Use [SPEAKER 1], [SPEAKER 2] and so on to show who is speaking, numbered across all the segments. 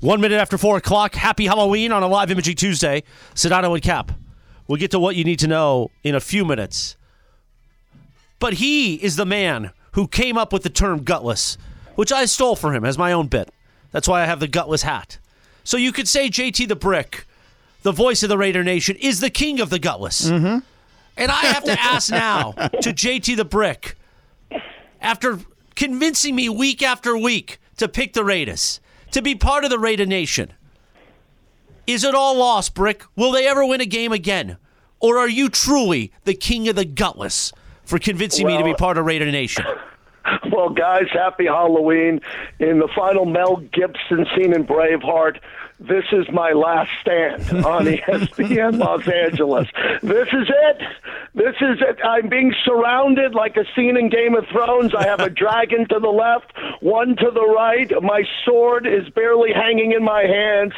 [SPEAKER 1] One minute after four o'clock, happy Halloween on a live imaging Tuesday. Sedano and Cap. We'll get to what you need to know in a few minutes. But he is the man who came up with the term gutless, which I stole for him as my own bit. That's why I have the gutless hat. So you could say JT the Brick, the voice of the Raider Nation, is the king of the gutless. And I have to ask now to JT the Brick, after convincing me week after week to pick the Raiders, to be part of the Raider Nation, is it all lost, Brick? Will they ever win a game again? Or are you truly the king of the gutless for convincing me to be
[SPEAKER 2] Well-
[SPEAKER 1] part of Raider Nation?
[SPEAKER 2] Well, guys, happy Halloween. In the final Mel Gibson scene in Braveheart, this is my last stand on E ESPN Los Angeles. This is it. This is it. I'm being surrounded like a scene in Game of Thrones. I have a dragon to the left, one to the right. My sword is barely hanging in my hands.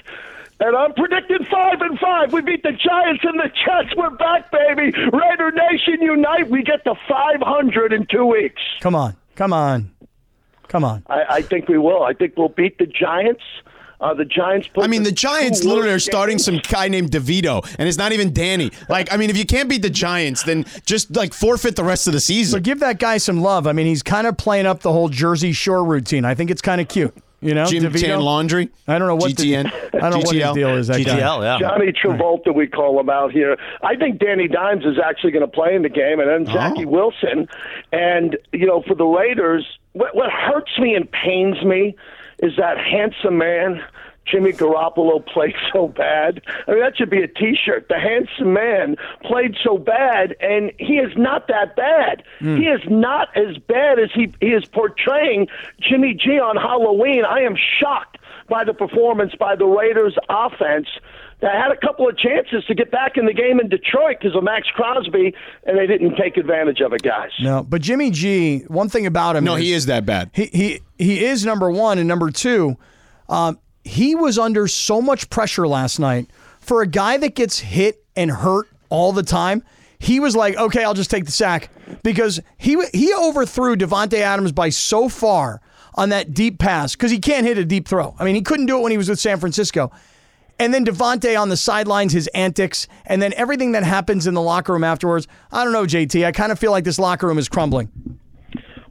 [SPEAKER 2] And I'm predicting five and five. We beat the Giants and the Jets. We're back, baby. Raider Nation unite. We get to 500 in two weeks.
[SPEAKER 3] Come on. Come on. Come on.
[SPEAKER 2] I, I think we will. I think we'll beat the Giants. Uh, the Giants. Put
[SPEAKER 4] I mean, the
[SPEAKER 2] two
[SPEAKER 4] Giants literally are
[SPEAKER 2] worst
[SPEAKER 4] starting
[SPEAKER 2] games-
[SPEAKER 4] some guy named DeVito, and it's not even Danny. Like, I mean, if you can't beat the Giants, then just like forfeit the rest of the
[SPEAKER 3] So
[SPEAKER 4] season.
[SPEAKER 3] give that guy some love. I mean, he's kind of playing up the whole Jersey Shore routine. I think it's kind of cute. You know,
[SPEAKER 4] Jim
[SPEAKER 3] DeVito?
[SPEAKER 4] Tan Laundry.
[SPEAKER 3] I don't know what the-
[SPEAKER 4] GTN.
[SPEAKER 3] I don't know what the
[SPEAKER 4] GTL.
[SPEAKER 3] deal is. That guy.
[SPEAKER 1] GTL, yeah.
[SPEAKER 2] Johnny Travolta, we call him out here. I think Danny Dimes is actually going to play in the game, and then Jackie Wilson. And you know, for the Raiders, what, what hurts me and pains me is that handsome man. Jimmy Garoppolo played so bad. I mean, that should be a T-shirt. The handsome man played so bad, and he is not that bad. He is not as bad as he, he is portraying Jimmy G on Halloween. I am shocked by the performance by the Raiders' offense that had a couple of chances to get back in the game in Detroit because of Max Crosby, and they didn't take advantage of it, guys.
[SPEAKER 3] No, but Jimmy G. One thing about him.
[SPEAKER 4] No, he is that bad.
[SPEAKER 3] He he he is number one and number two. Um, he was under so much pressure last night for a guy that gets hit and hurt all the time. He was like, okay, I'll just take the sack because he w- he overthrew Devonte Adams by so far on that deep pass because he can't hit a deep throw. I mean, he couldn't do it when he was with San Francisco. And then Devontae on the sidelines, his antics, and then everything that happens in the locker room afterwards. I don't know, JT. I kind of feel like this locker room is crumbling.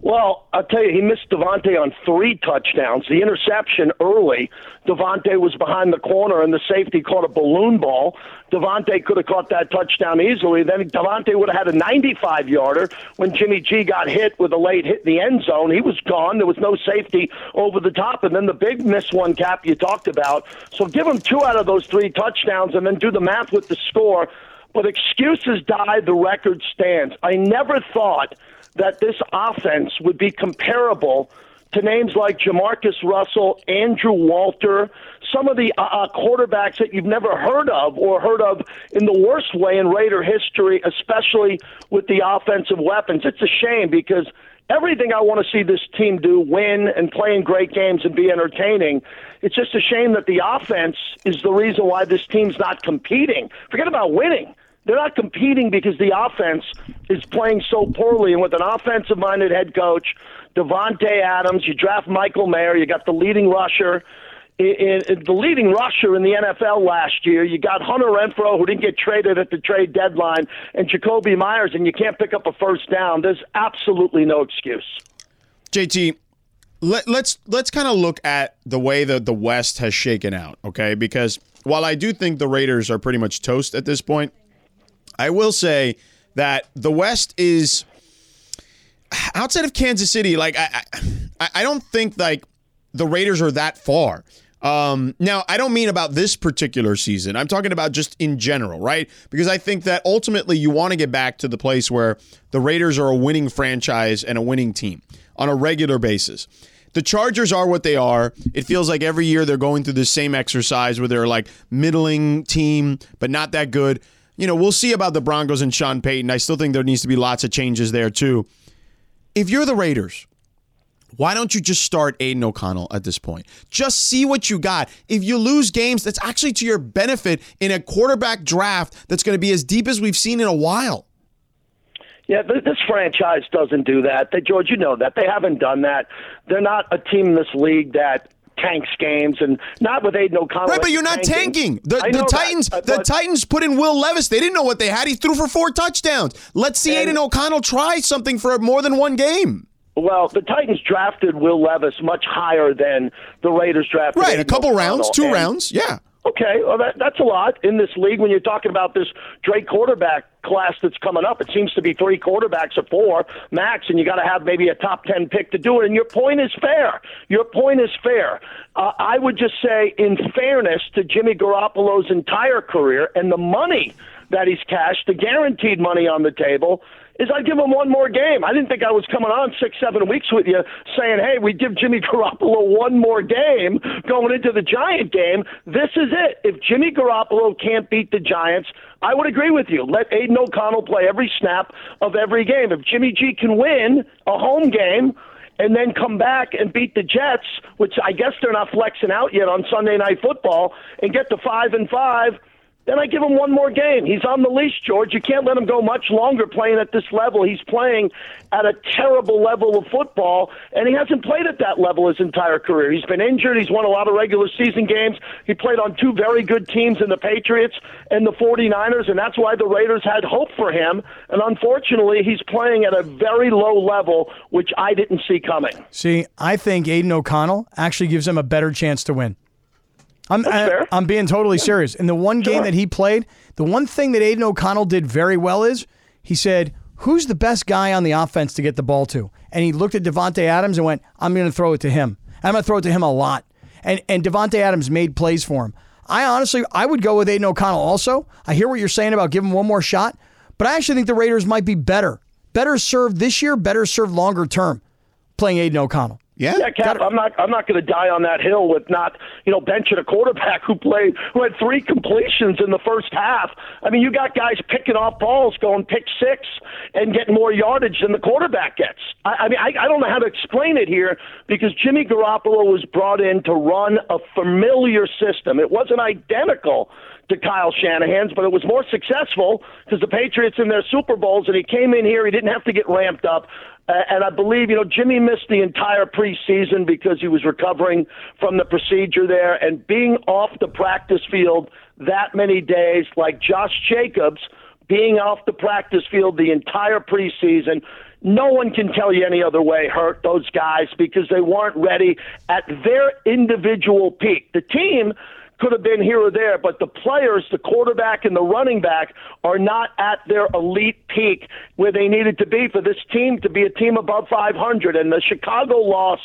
[SPEAKER 2] Well, I'll tell you, he missed Devontae on three touchdowns. The interception early, Devontae was behind the corner, and the safety caught a balloon ball. Devontae could have caught that touchdown easily. Then Devontae would have had a 95 yarder when Jimmy G got hit with a late hit in the end zone. He was gone. There was no safety over the top. And then the big miss one cap you talked about. So give him two out of those three touchdowns, and then do the math with the score. But excuses die, the record stands. I never thought that this offense would be comparable to names like Jamarcus Russell, Andrew Walter, some of the uh, uh, quarterbacks that you've never heard of or heard of in the worst way in Raider history, especially with the offensive weapons. It's a shame because everything I want to see this team do win and play in great games and be entertaining. It's just a shame that the offense is the reason why this team's not competing. Forget about winning. They're not competing because the offense is playing so poorly. And with an offensive minded head coach, Devontae Adams, you draft Michael Mayer, you got the leading rusher. In, in, the leading rusher in the NFL last year, you got Hunter Renfro, who didn't get traded at the trade deadline, and Jacoby Myers, and you can't pick up a first down. There's absolutely no excuse.
[SPEAKER 4] JT, let, let's let's kind of look at the way that the West has shaken out, okay? Because while I do think the Raiders are pretty much toast at this point, I will say that the West is outside of Kansas City. Like I, I, I don't think like the Raiders are that far. Um, now, I don't mean about this particular season. I'm talking about just in general, right? Because I think that ultimately you want to get back to the place where the Raiders are a winning franchise and a winning team on a regular basis. The Chargers are what they are. It feels like every year they're going through the same exercise where they're like middling team, but not that good. You know, we'll see about the Broncos and Sean Payton. I still think there needs to be lots of changes there, too. If you're the Raiders, why don't you just start Aiden O'Connell at this point? Just see what you got. If you lose games, that's actually to your benefit in a quarterback draft that's going to be as deep as we've seen in a while.
[SPEAKER 2] Yeah, th- this franchise doesn't do that. They, George, you know that. They haven't done that. They're not a team in this league that tanks games and not with Aiden O'Connell.
[SPEAKER 4] Right, but you're not tanking. The,
[SPEAKER 2] I know
[SPEAKER 4] the
[SPEAKER 2] that,
[SPEAKER 4] Titans,
[SPEAKER 2] but-
[SPEAKER 4] the Titans put in Will Levis. They didn't know what they had. He threw for four touchdowns. Let's see Aiden O'Connell try something for more than one game.
[SPEAKER 2] Well, the Titans drafted Will Levis much higher than the Raiders drafted.
[SPEAKER 4] Right, a
[SPEAKER 2] Aiden
[SPEAKER 4] couple rounds,
[SPEAKER 2] O'Connell.
[SPEAKER 4] two
[SPEAKER 2] And-
[SPEAKER 4] rounds. Yeah.
[SPEAKER 2] Okay, well, that, that's a lot in this league when you're talking about this Drake quarterback class that's coming up. It seems to be three quarterbacks or four max, and you got to have maybe a top 10 pick to do it. And your point is fair. Your point is fair. Uh, I would just say, in fairness to Jimmy Garoppolo's entire career and the money that he's cashed, the guaranteed money on the table, is I'd give him one more game. I didn't think I was coming on six, seven weeks with you saying, hey, we give Jimmy Garoppolo one more game going into the Giant game. This is it. If Jimmy Garoppolo can't beat the Giants, I would agree with you. Let Aiden O'Connell play every snap of every game. If Jimmy G can win a home game, and then come back and beat the Jets, which I guess they're not flexing out yet on Sunday Night Football, and get to five and five. Then I give him one more game. He's on the leash, George. You can't let him go much longer playing at this level. He's playing at a terrible level of football, and he hasn't played at that level his entire career. He's been injured. He's won a lot of regular season games. He played on two very good teams in the Patriots and the 49ers, and that's why the Raiders had hope for him. And unfortunately, he's playing at a very low level, which I didn't see coming.
[SPEAKER 3] See, I think Aiden O'Connell actually gives him a better chance to win. I'm I,
[SPEAKER 2] fair.
[SPEAKER 3] am being totally serious. In the one game that he played, the one thing that Aiden O'Connell did very well is he said, "Who's the best guy on the offense to get the ball to?" And he looked at Devonte Adams and went, "I'm going to throw it to him. I'm going to throw it to him a lot." And and Devonte Adams made plays for him. I honestly, I would go with Aiden O'Connell. Also, I hear what you're saying about giving him one more shot, but I actually think the Raiders might be better, better served this year, better served longer term, playing Aiden O'Connell.
[SPEAKER 4] Yeah.
[SPEAKER 2] Yeah, Cap, I'm not. I'm not going to die on that hill with not, you know, benching a quarterback who played who had three completions in the first half. I mean, you got guys picking off balls, going pick six, and getting more yardage than the quarterback gets. I, I mean, I, I don't know how to explain it here because Jimmy Garoppolo was brought in to run a familiar system. It wasn't identical to Kyle Shanahan's, but it was more successful because the Patriots in their Super Bowls, and he came in here. He didn't have to get ramped up. Uh, and I believe, you know, Jimmy missed the entire preseason because he was recovering from the procedure there. And being off the practice field that many days, like Josh Jacobs being off the practice field the entire preseason, no one can tell you any other way hurt those guys because they weren't ready at their individual peak. The team could have been here or there, but the players, the quarterback and the running back, are not at their elite peak where they needed to be for this team to be a team above 500. And the Chicago loss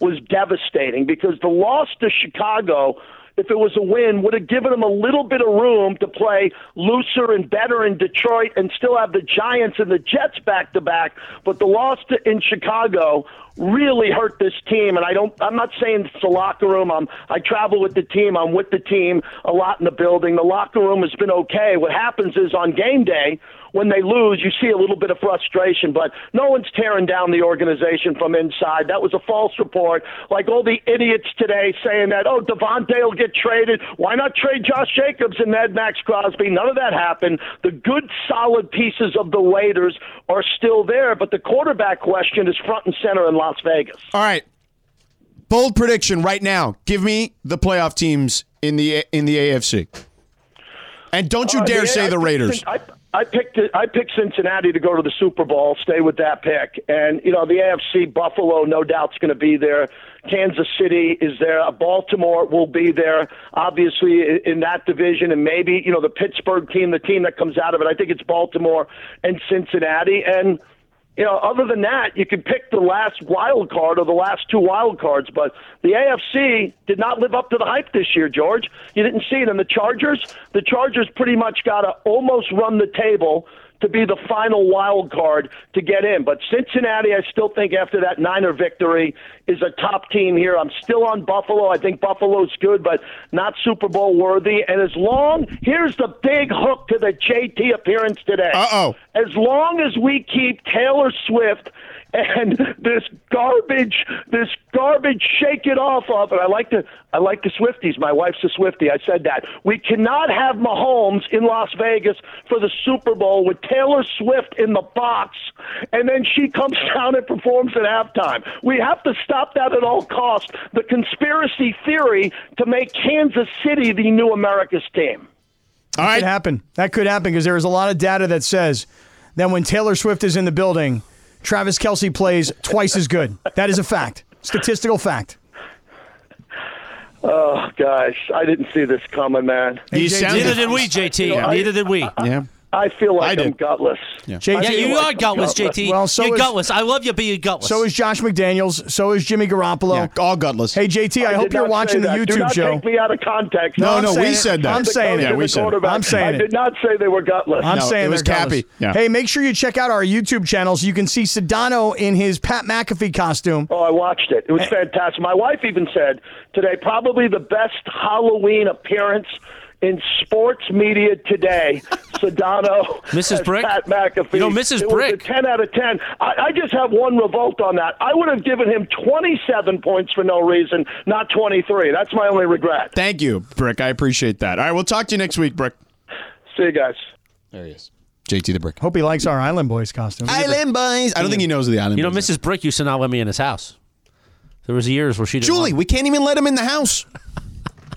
[SPEAKER 2] was devastating because the loss to Chicago. If it was a win, would have given them a little bit of room to play looser and better in Detroit and still have the Giants and the Jets back to back. But the loss to, in Chicago really hurt this team. And I don't, I'm not saying it's the locker room. I'm, I travel with the team. I'm with the team a lot in the building. The locker room has been okay. What happens is on game day, when they lose, you see a little bit of frustration, but no one's tearing down the organization from inside. That was a false report. Like all the idiots today saying that, oh, Devontae will get traded. Why not trade Josh Jacobs and Ned Max Crosby? None of that happened. The good, solid pieces of the Raiders are still there, but the quarterback question is front and center in Las Vegas.
[SPEAKER 4] All right. Bold prediction right now. Give me the playoff teams in the in the AFC. And don't you
[SPEAKER 2] Uh, yeah,
[SPEAKER 4] dare say
[SPEAKER 2] I
[SPEAKER 4] the
[SPEAKER 2] picked
[SPEAKER 4] Raiders.
[SPEAKER 2] Cin- I, I picked it- I picked Cincinnati to go to the Super Bowl. Stay with that pick, and you know the AFC Buffalo, no doubt's going to be there. Kansas City is there. Uh, Baltimore will be there, obviously i- in that division, and maybe you know the Pittsburgh team, the team that comes out of it. I think it's Baltimore and Cincinnati, and you know, other than that, you could pick the last wild card or the last two wild cards, but the AFC did not live up to the hype this year, George. You didn't see it. And the Chargers, the Chargers pretty much got to almost run the table to be the final wild card to get in. But Cincinnati, I still think after that Niner victory, is a top team here. I'm still on Buffalo. I think Buffalo's good, but not Super Bowl worthy. And as long, here's the big hook to the JT appearance today.
[SPEAKER 4] Uh-oh.
[SPEAKER 2] As long as we keep Taylor Swift and this garbage, this garbage, shake it off of. And I like the, I like the Swifties. My wife's a Swiftie. I said that we cannot have Mahomes in Las Vegas for the Super Bowl with Taylor Swift in the box, and then she comes down and performs at halftime. We have to stop that at all costs. The conspiracy theory to make Kansas City the new America's team.
[SPEAKER 4] All
[SPEAKER 3] That could
[SPEAKER 4] right.
[SPEAKER 3] happen. That could happen because there is a lot of data that says that when Taylor Swift is in the building, Travis Kelsey plays twice as good. That is a fact, statistical fact.
[SPEAKER 2] Oh gosh, I didn't see this coming, man.
[SPEAKER 4] You sound
[SPEAKER 1] Neither did we, JT. Neither did we.
[SPEAKER 4] Yeah.
[SPEAKER 2] I feel like
[SPEAKER 4] I
[SPEAKER 2] I'm
[SPEAKER 4] did.
[SPEAKER 2] gutless.
[SPEAKER 3] JT,
[SPEAKER 1] Yeah, you are gutless, JT.
[SPEAKER 3] Well, so
[SPEAKER 1] You're
[SPEAKER 3] is-
[SPEAKER 1] gutless. I love you being gutless.
[SPEAKER 3] so is Josh McDaniels. So is Jimmy Garoppolo.
[SPEAKER 4] Yeah, all gutless.
[SPEAKER 3] Hey JT, I,
[SPEAKER 2] did
[SPEAKER 3] hope you're
[SPEAKER 2] not
[SPEAKER 3] watching the
[SPEAKER 2] say that. Do
[SPEAKER 3] YouTube
[SPEAKER 2] not
[SPEAKER 3] show.
[SPEAKER 2] Take me out of context.
[SPEAKER 4] No,
[SPEAKER 3] I'm
[SPEAKER 4] no,
[SPEAKER 3] saying
[SPEAKER 4] we
[SPEAKER 3] it.
[SPEAKER 4] said that.
[SPEAKER 3] I'm
[SPEAKER 2] The
[SPEAKER 3] saying
[SPEAKER 2] coach
[SPEAKER 3] it.
[SPEAKER 2] and
[SPEAKER 4] Yeah, we
[SPEAKER 2] the
[SPEAKER 4] said it.
[SPEAKER 2] quarterback.
[SPEAKER 3] I'm saying
[SPEAKER 2] I
[SPEAKER 3] it.
[SPEAKER 2] did not say they were gutless.
[SPEAKER 3] I'm
[SPEAKER 4] No,
[SPEAKER 3] saying
[SPEAKER 4] it was
[SPEAKER 3] they're gutless.
[SPEAKER 4] Cappy. Yeah.
[SPEAKER 3] Hey, make sure you check out our YouTube channels. You can see Sedano in his Pat McAfee costume.
[SPEAKER 2] Oh, I watched it. It was fantastic. My wife even said today, probably the best Halloween appearance in sports media today. Sedano,
[SPEAKER 1] Mrs.
[SPEAKER 2] as
[SPEAKER 1] Brick?
[SPEAKER 2] Pat McAfee.
[SPEAKER 1] You know, Mrs.
[SPEAKER 2] It
[SPEAKER 1] Brick.
[SPEAKER 2] was a ten out of ten. I, I just have one revolt on that. I would have given him twenty-seven points for no reason, not twenty-three. That's my only regret.
[SPEAKER 4] Thank you, Brick. I appreciate that. All right, we'll talk to you next week, Brick.
[SPEAKER 2] See you guys.
[SPEAKER 4] There he is. JT the Brick.
[SPEAKER 3] Hope he likes our Island Boys costume.
[SPEAKER 4] Island Boys. I don't think he knows who the island
[SPEAKER 1] you know,
[SPEAKER 4] boys are.
[SPEAKER 1] Mrs. Brick used to not let me in his house. There was years where she didn't.
[SPEAKER 4] Julie,
[SPEAKER 1] let-
[SPEAKER 4] we can't even let him in the house.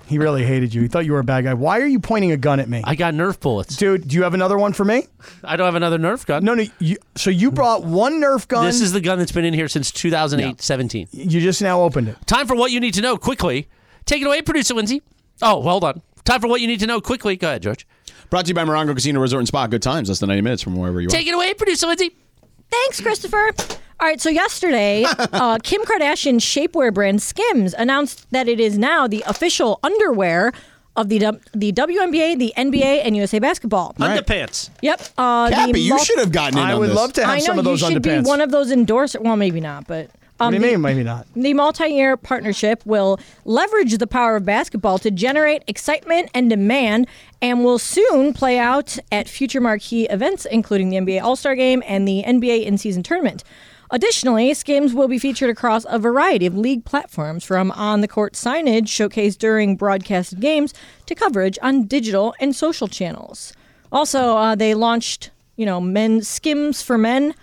[SPEAKER 3] He really hated you. He thought you were a bad guy. Why are you pointing a gun at me?
[SPEAKER 1] I got Nerf bullets.
[SPEAKER 3] Dude, do you have another one for me?
[SPEAKER 1] I don't have another Nerf gun.
[SPEAKER 3] No, no. You, so you brought one Nerf gun.
[SPEAKER 1] This is the gun that's been in here since 2008 17.
[SPEAKER 3] you just now opened it.
[SPEAKER 1] Time for what you need to know quickly. Take it away, producer Lindsay. Oh, hold on. Time for what you need to know quickly. Go ahead, George.
[SPEAKER 4] Brought to you by Morongo Casino Resort and Spa. Good times. Less than 90 minutes from wherever you are.
[SPEAKER 1] Take it away, producer Lindsay.
[SPEAKER 5] Thanks, Christopher. All right, so yesterday, uh, Kim Kardashian's shapewear brand Skims announced that it is now the official underwear of the W- the WNBA, the NBA, and USA Basketball.
[SPEAKER 1] Underpants.
[SPEAKER 5] Yep. Uh, the
[SPEAKER 4] Cappy, you
[SPEAKER 5] mul-
[SPEAKER 4] should have gotten in
[SPEAKER 3] I
[SPEAKER 4] on
[SPEAKER 3] would
[SPEAKER 4] this.
[SPEAKER 3] love to have
[SPEAKER 5] I know
[SPEAKER 3] some of those
[SPEAKER 5] you should
[SPEAKER 3] underpants.
[SPEAKER 5] be one of those endorsers. Well, maybe not, but um,
[SPEAKER 3] what do you
[SPEAKER 5] the-
[SPEAKER 3] mean? Maybe not.
[SPEAKER 5] The multi year partnership will leverage the power of basketball to generate excitement and demand and will soon play out at future marquee events, including the NBA All Star Game and the NBA in season tournament. Additionally, Skims will be featured across a variety of league platforms, from on the court signage showcased during broadcasted games to coverage on digital and social channels. Also, uh, they launched, you know, men Skims for Men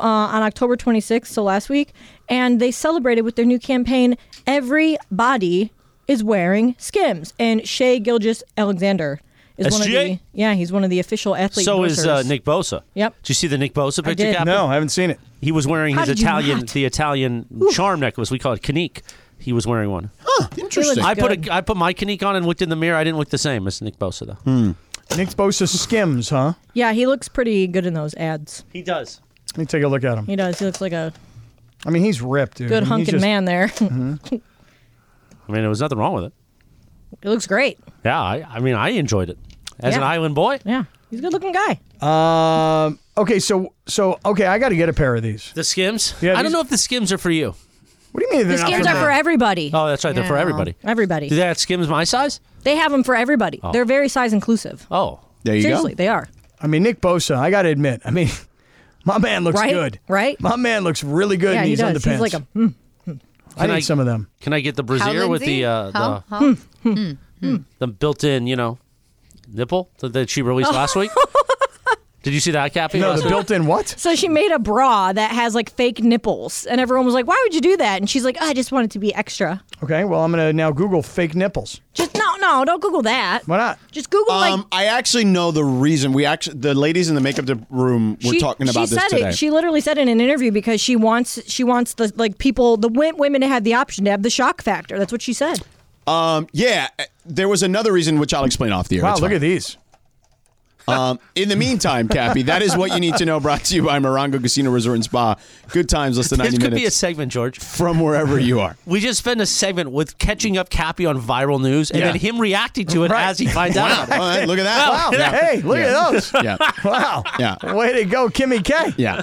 [SPEAKER 5] uh, on October 26th, so last week, and they celebrated with their new campaign, Every Body is Wearing Skims. And Shea Gilgis Alexander is one of
[SPEAKER 1] SGA?
[SPEAKER 5] the yeah, he's one of the official athlete.
[SPEAKER 1] So is uh,
[SPEAKER 5] endorsers.
[SPEAKER 1] Nick Bosa.
[SPEAKER 5] Yep.
[SPEAKER 1] Did you see the Nick Bosa picture?
[SPEAKER 5] did.
[SPEAKER 1] Captain?
[SPEAKER 3] No, I haven't seen it.
[SPEAKER 1] He was wearing
[SPEAKER 5] How
[SPEAKER 1] his
[SPEAKER 5] did you
[SPEAKER 1] Italian,
[SPEAKER 5] not?
[SPEAKER 1] the Italian charm necklace. We call it canique. He was wearing one.
[SPEAKER 4] Interesting.
[SPEAKER 5] He
[SPEAKER 1] I put
[SPEAKER 5] Good.
[SPEAKER 1] a, I put my canique on and looked in the mirror. I didn't look the same as Nick Bosa though.
[SPEAKER 3] Nick Bosa skims, huh?
[SPEAKER 5] Yeah, he looks pretty good in those ads.
[SPEAKER 1] He does.
[SPEAKER 3] Let me take a look at him.
[SPEAKER 5] He does. He looks like a
[SPEAKER 3] I mean, he's ripped, dude.
[SPEAKER 5] good
[SPEAKER 3] I mean, he's
[SPEAKER 5] hunking
[SPEAKER 3] just-
[SPEAKER 5] man there.
[SPEAKER 1] I mean, there was nothing wrong with it.
[SPEAKER 5] he looks great.
[SPEAKER 1] Yeah, I, I mean, I enjoyed it as an
[SPEAKER 5] Yeah.
[SPEAKER 1] island boy.
[SPEAKER 5] Yeah. He's a good looking guy.
[SPEAKER 3] Um. Okay. So. So. Okay. I got to get a pair of these.
[SPEAKER 1] The skims.
[SPEAKER 3] Yeah,
[SPEAKER 1] I don't
[SPEAKER 3] these-
[SPEAKER 1] know if the skims are for you.
[SPEAKER 3] What do you mean?
[SPEAKER 5] The
[SPEAKER 3] They're not
[SPEAKER 5] skins
[SPEAKER 3] for
[SPEAKER 5] are
[SPEAKER 3] me?
[SPEAKER 5] for everybody.
[SPEAKER 1] Oh, that's right. They're for
[SPEAKER 5] Yeah.
[SPEAKER 1] everybody. Oh.
[SPEAKER 5] Everybody.
[SPEAKER 1] Do they have skims my size?
[SPEAKER 5] They have them for everybody. They're very size inclusive.
[SPEAKER 1] Oh,
[SPEAKER 4] there you
[SPEAKER 5] Seriously,
[SPEAKER 4] go.
[SPEAKER 5] they are.
[SPEAKER 3] I mean, Nick Bosa. I got to admit. I mean, my man looks
[SPEAKER 5] Right?
[SPEAKER 3] good.
[SPEAKER 5] Right?
[SPEAKER 3] My man looks really good
[SPEAKER 5] yeah,
[SPEAKER 3] in
[SPEAKER 5] he
[SPEAKER 3] these
[SPEAKER 5] does.
[SPEAKER 3] underpants.
[SPEAKER 5] He's like a hmm.
[SPEAKER 3] I
[SPEAKER 1] Can I-
[SPEAKER 3] need some of them.
[SPEAKER 1] can I get the brassiere with the uh, the,
[SPEAKER 6] How? How?
[SPEAKER 1] the built-in, you know, nipple that, that she released last week? Did you see that, Cappy?
[SPEAKER 3] No,
[SPEAKER 1] last
[SPEAKER 3] the
[SPEAKER 1] week?
[SPEAKER 3] built-in what?
[SPEAKER 5] So she made a bra that has like fake nipples, and everyone was like, "Why would you do that?" And she's like, "Oh, "I just want it to be extra."
[SPEAKER 3] Okay. Well, I'm gonna now Google fake nipples.
[SPEAKER 5] Just no, no, don't Google that.
[SPEAKER 3] Why not?
[SPEAKER 5] Just Google like
[SPEAKER 4] Um, I actually know the reason. We actually, the ladies in the makeup de- room were
[SPEAKER 5] she,
[SPEAKER 4] talking about
[SPEAKER 5] she
[SPEAKER 4] this
[SPEAKER 5] said
[SPEAKER 4] today.
[SPEAKER 5] it. She literally said in an interview because she wants she wants the like people the wi- women to have the option to have the shock factor. That's what she said.
[SPEAKER 4] um, yeah, uh, there was another reason which I'll explain off the air.
[SPEAKER 3] Wow.
[SPEAKER 4] It's
[SPEAKER 3] Look
[SPEAKER 4] fine.
[SPEAKER 3] at these.
[SPEAKER 4] Um, in the meantime, Cappy, that is what you need to know. Brought to you by Morongo Casino Resort and Spa. Good times, less than
[SPEAKER 1] This
[SPEAKER 4] ninety
[SPEAKER 1] could be a
[SPEAKER 4] minutes
[SPEAKER 1] segment, George.
[SPEAKER 4] from wherever you are.
[SPEAKER 1] We just spend a segment with catching up Cappy on viral news and
[SPEAKER 4] Yeah.
[SPEAKER 1] then him reacting to it
[SPEAKER 3] Right.
[SPEAKER 1] as he finds
[SPEAKER 4] Wow!
[SPEAKER 1] out. about it.
[SPEAKER 4] All right, look at that!
[SPEAKER 1] Wow.
[SPEAKER 4] Yeah.
[SPEAKER 3] Hey, look
[SPEAKER 4] Yeah.
[SPEAKER 3] at those.
[SPEAKER 4] Yeah,
[SPEAKER 3] Wow.
[SPEAKER 4] Yeah.
[SPEAKER 3] Way to go, Kimmy K.
[SPEAKER 4] yeah.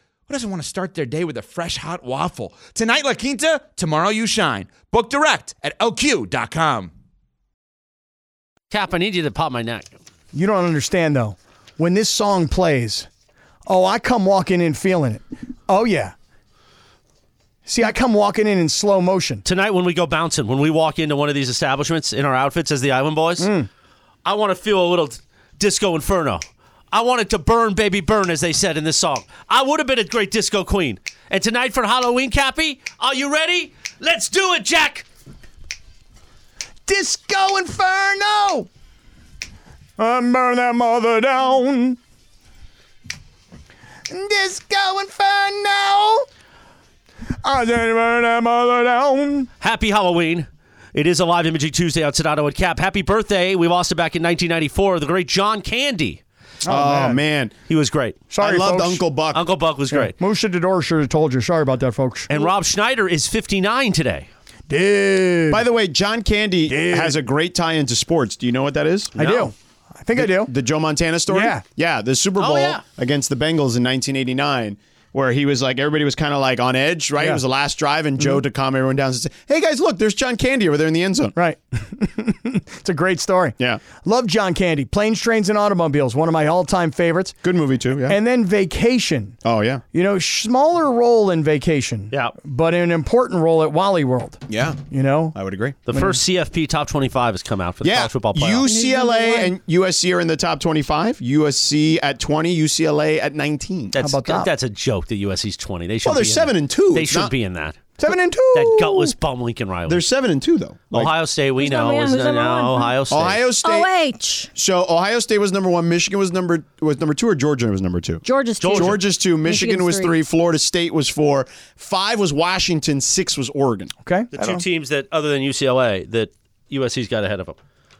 [SPEAKER 7] who doesn't want to start their day with a fresh hot waffle? Tonight, La Quinta, tomorrow, you shine. Book direct at lq.com.
[SPEAKER 1] Cap, I need you to pop my neck.
[SPEAKER 3] You don't understand though. When this song plays, oh, I come walking in feeling it. Oh yeah. See, I come walking in in slow motion.
[SPEAKER 1] Tonight, when we go bouncing, when we walk into one of these establishments in our outfits as the Island Boys, I want to feel a little disco inferno. I wanted to burn, baby, burn, as they said in this song. I would have been a great disco queen. And tonight for Halloween, Cappy, are you ready? Let's do it, Jack.
[SPEAKER 3] Disco Inferno. I burn that mother down. Disco Inferno. I did burn that mother down.
[SPEAKER 1] Happy Halloween. It is a live imaging Tuesday on Sedano and Cap. Happy birthday. We lost it back in 1994. The great John Candy.
[SPEAKER 4] Oh, man.
[SPEAKER 1] He was great.
[SPEAKER 3] Sorry,
[SPEAKER 4] I loved
[SPEAKER 3] folks.
[SPEAKER 4] Uncle Buck.
[SPEAKER 1] Uncle Buck was great.
[SPEAKER 3] Musha Dador should have told you. Sorry about that, folks.
[SPEAKER 1] And Rob Schneider is 59 today.
[SPEAKER 3] Dude,
[SPEAKER 4] By the way, John Candy has a great tie into sports. Do you know what that is?
[SPEAKER 3] I do. I think I do.
[SPEAKER 4] The Joe Montana story?
[SPEAKER 3] Yeah.
[SPEAKER 4] Yeah, the Super Bowl
[SPEAKER 1] Oh, yeah.
[SPEAKER 4] against the Bengals in 1989. Where he was like, everybody was kind of like on edge, right?
[SPEAKER 3] Yeah.
[SPEAKER 4] It was the last drive, and Joe
[SPEAKER 1] Mm-hmm.
[SPEAKER 4] to calm everyone down and said, "Hey guys, look, there's John Candy over there in the end zone."
[SPEAKER 3] Right. it's a great story.
[SPEAKER 4] Yeah.
[SPEAKER 3] Love John Candy. Planes, Trains, and Automobiles, one of my all time favorites.
[SPEAKER 4] Good movie too. Yeah.
[SPEAKER 3] And then Vacation.
[SPEAKER 4] oh yeah.
[SPEAKER 3] You know, smaller role in Vacation.
[SPEAKER 1] Yeah.
[SPEAKER 3] But an important role at Wally World.
[SPEAKER 4] Yeah.
[SPEAKER 3] You know?
[SPEAKER 4] I would agree.
[SPEAKER 1] The first CFP top 25 has come out for the
[SPEAKER 4] Yeah.
[SPEAKER 1] college football playoff.
[SPEAKER 4] UCLA and USC are in the top 25. USC at 20. UCLA at 19.
[SPEAKER 1] that's,
[SPEAKER 3] How about that?
[SPEAKER 1] That's a joke that USC's 20. They should
[SPEAKER 4] well, they're
[SPEAKER 1] be in
[SPEAKER 4] seven
[SPEAKER 1] that.
[SPEAKER 4] and two.
[SPEAKER 1] They
[SPEAKER 4] It's
[SPEAKER 1] should
[SPEAKER 4] not-
[SPEAKER 1] be in that.
[SPEAKER 3] Seven and two.
[SPEAKER 1] That gutless bum Lincoln Riley.
[SPEAKER 4] They're seven and two though. Like,
[SPEAKER 1] Ohio State, we
[SPEAKER 5] Who's
[SPEAKER 1] know,
[SPEAKER 5] number one?
[SPEAKER 1] is
[SPEAKER 5] Who's
[SPEAKER 1] now
[SPEAKER 5] number one?
[SPEAKER 1] Ohio State.
[SPEAKER 4] Ohio State.
[SPEAKER 5] OH.
[SPEAKER 4] So Ohio State was number one. Michigan was number was number two, or Georgia was number two.
[SPEAKER 5] Georgia's two.
[SPEAKER 4] Georgia's two. Michigan
[SPEAKER 5] Michigan's
[SPEAKER 4] was
[SPEAKER 5] three.
[SPEAKER 4] three. Florida State was four. Five was Washington. Six was Oregon.
[SPEAKER 3] okay.
[SPEAKER 1] the two teams that, other than UCLA, that USC's got ahead of them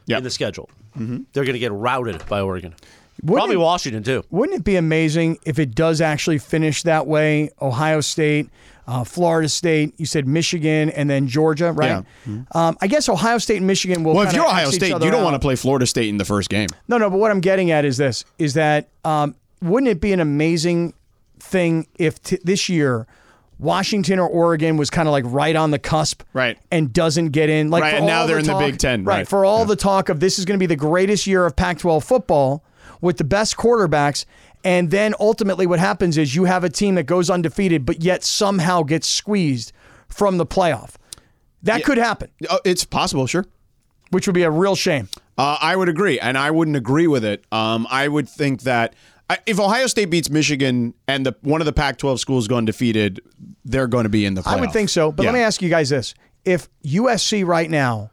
[SPEAKER 4] Yeah. Mm-hmm.
[SPEAKER 1] in the schedule. They're going to get routed by Oregon. Probably
[SPEAKER 3] Wouldn't it,
[SPEAKER 1] Washington, too.
[SPEAKER 3] wouldn't it be amazing if it does actually finish that way? Ohio State, uh, Florida State, you said Michigan, and then Georgia, right? Um, I guess Ohio State and Michigan will.
[SPEAKER 4] Mm-hmm. Well, if
[SPEAKER 3] kinda
[SPEAKER 4] you're Ohio
[SPEAKER 3] X each
[SPEAKER 4] State,
[SPEAKER 3] other
[SPEAKER 4] you don't
[SPEAKER 3] out.
[SPEAKER 4] want to play Florida State in the first game.
[SPEAKER 3] No, no, but what I'm getting at is this: is that um, wouldn't it be an amazing thing if t- this year Washington or Oregon was kind of like right on the cusp,
[SPEAKER 4] Right.
[SPEAKER 3] and doesn't get in, like
[SPEAKER 4] Right,
[SPEAKER 3] for
[SPEAKER 4] and now
[SPEAKER 3] all
[SPEAKER 4] they're in the
[SPEAKER 3] talk-
[SPEAKER 4] Big Ten, right.
[SPEAKER 3] For all the talk of this is going to be the greatest year of Pac-12 football with the best quarterbacks. And then ultimately, what happens is you have a team that goes undefeated, but yet somehow gets squeezed from the playoff. That could happen,
[SPEAKER 4] Uh, It's possible, sure.
[SPEAKER 3] which would be a real shame.
[SPEAKER 4] Uh, I would agree, and I wouldn't agree with it. Um, I would think that I, if Ohio State beats Michigan and the one of the Pac-12 schools go undefeated, they're going to be in the. Playoff.
[SPEAKER 3] I would think so. But let
[SPEAKER 4] Yeah.
[SPEAKER 3] me ask you guys this: If USC right now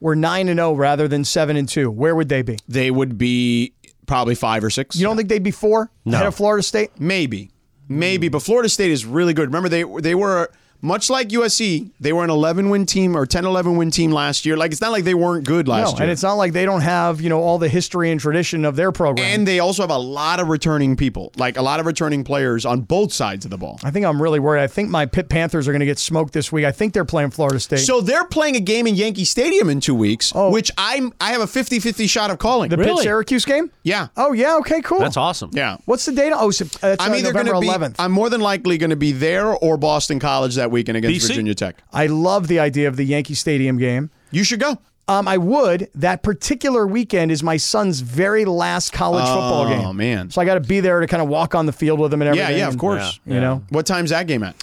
[SPEAKER 3] were nine and zero rather than seven and two, where would they be?
[SPEAKER 4] They would be probably five or six.
[SPEAKER 3] You don't think they'd be four ahead of Florida State?
[SPEAKER 4] Maybe, maybe. But Florida State is really good. Remember, they they were much like USC. They were an 11 win team or 10 11 win team last year. Like it's not like they weren't good
[SPEAKER 3] No,
[SPEAKER 4] last year.
[SPEAKER 3] and it's not like they don't have you know all the history and tradition of their program.
[SPEAKER 4] And they also have a lot of returning people, like a lot of returning players on both sides of the ball.
[SPEAKER 3] I think I'm really worried. I think my Pitt Panthers are going to get smoked this week. I think they're playing Florida State.
[SPEAKER 4] So they're playing a game in Yankee Stadium in two weeks, which I'm I have a 50-50 shot of calling.
[SPEAKER 3] Oh. the Pitt Syracuse game?
[SPEAKER 4] Yeah.
[SPEAKER 3] Oh yeah. Okay. Cool.
[SPEAKER 1] That's awesome.
[SPEAKER 4] yeah.
[SPEAKER 3] What's the date? Oh, so, uh, that's
[SPEAKER 4] I'm
[SPEAKER 3] uh,
[SPEAKER 4] either going
[SPEAKER 3] November
[SPEAKER 4] to be
[SPEAKER 3] 11th.
[SPEAKER 4] I'm more than likely going to be there or Boston College that weekend against
[SPEAKER 1] BC.
[SPEAKER 4] Virginia Tech.
[SPEAKER 3] I love the idea of the Yankee Stadium game.
[SPEAKER 4] You should go.
[SPEAKER 3] Um, I would. That particular weekend is my son's very last college football game.
[SPEAKER 4] Oh man.
[SPEAKER 3] So I got to be there to kind of walk on the field with him and
[SPEAKER 4] Yeah,
[SPEAKER 3] everything.
[SPEAKER 4] yeah, of
[SPEAKER 3] and,
[SPEAKER 4] course.
[SPEAKER 3] You know,
[SPEAKER 4] What time's that game at?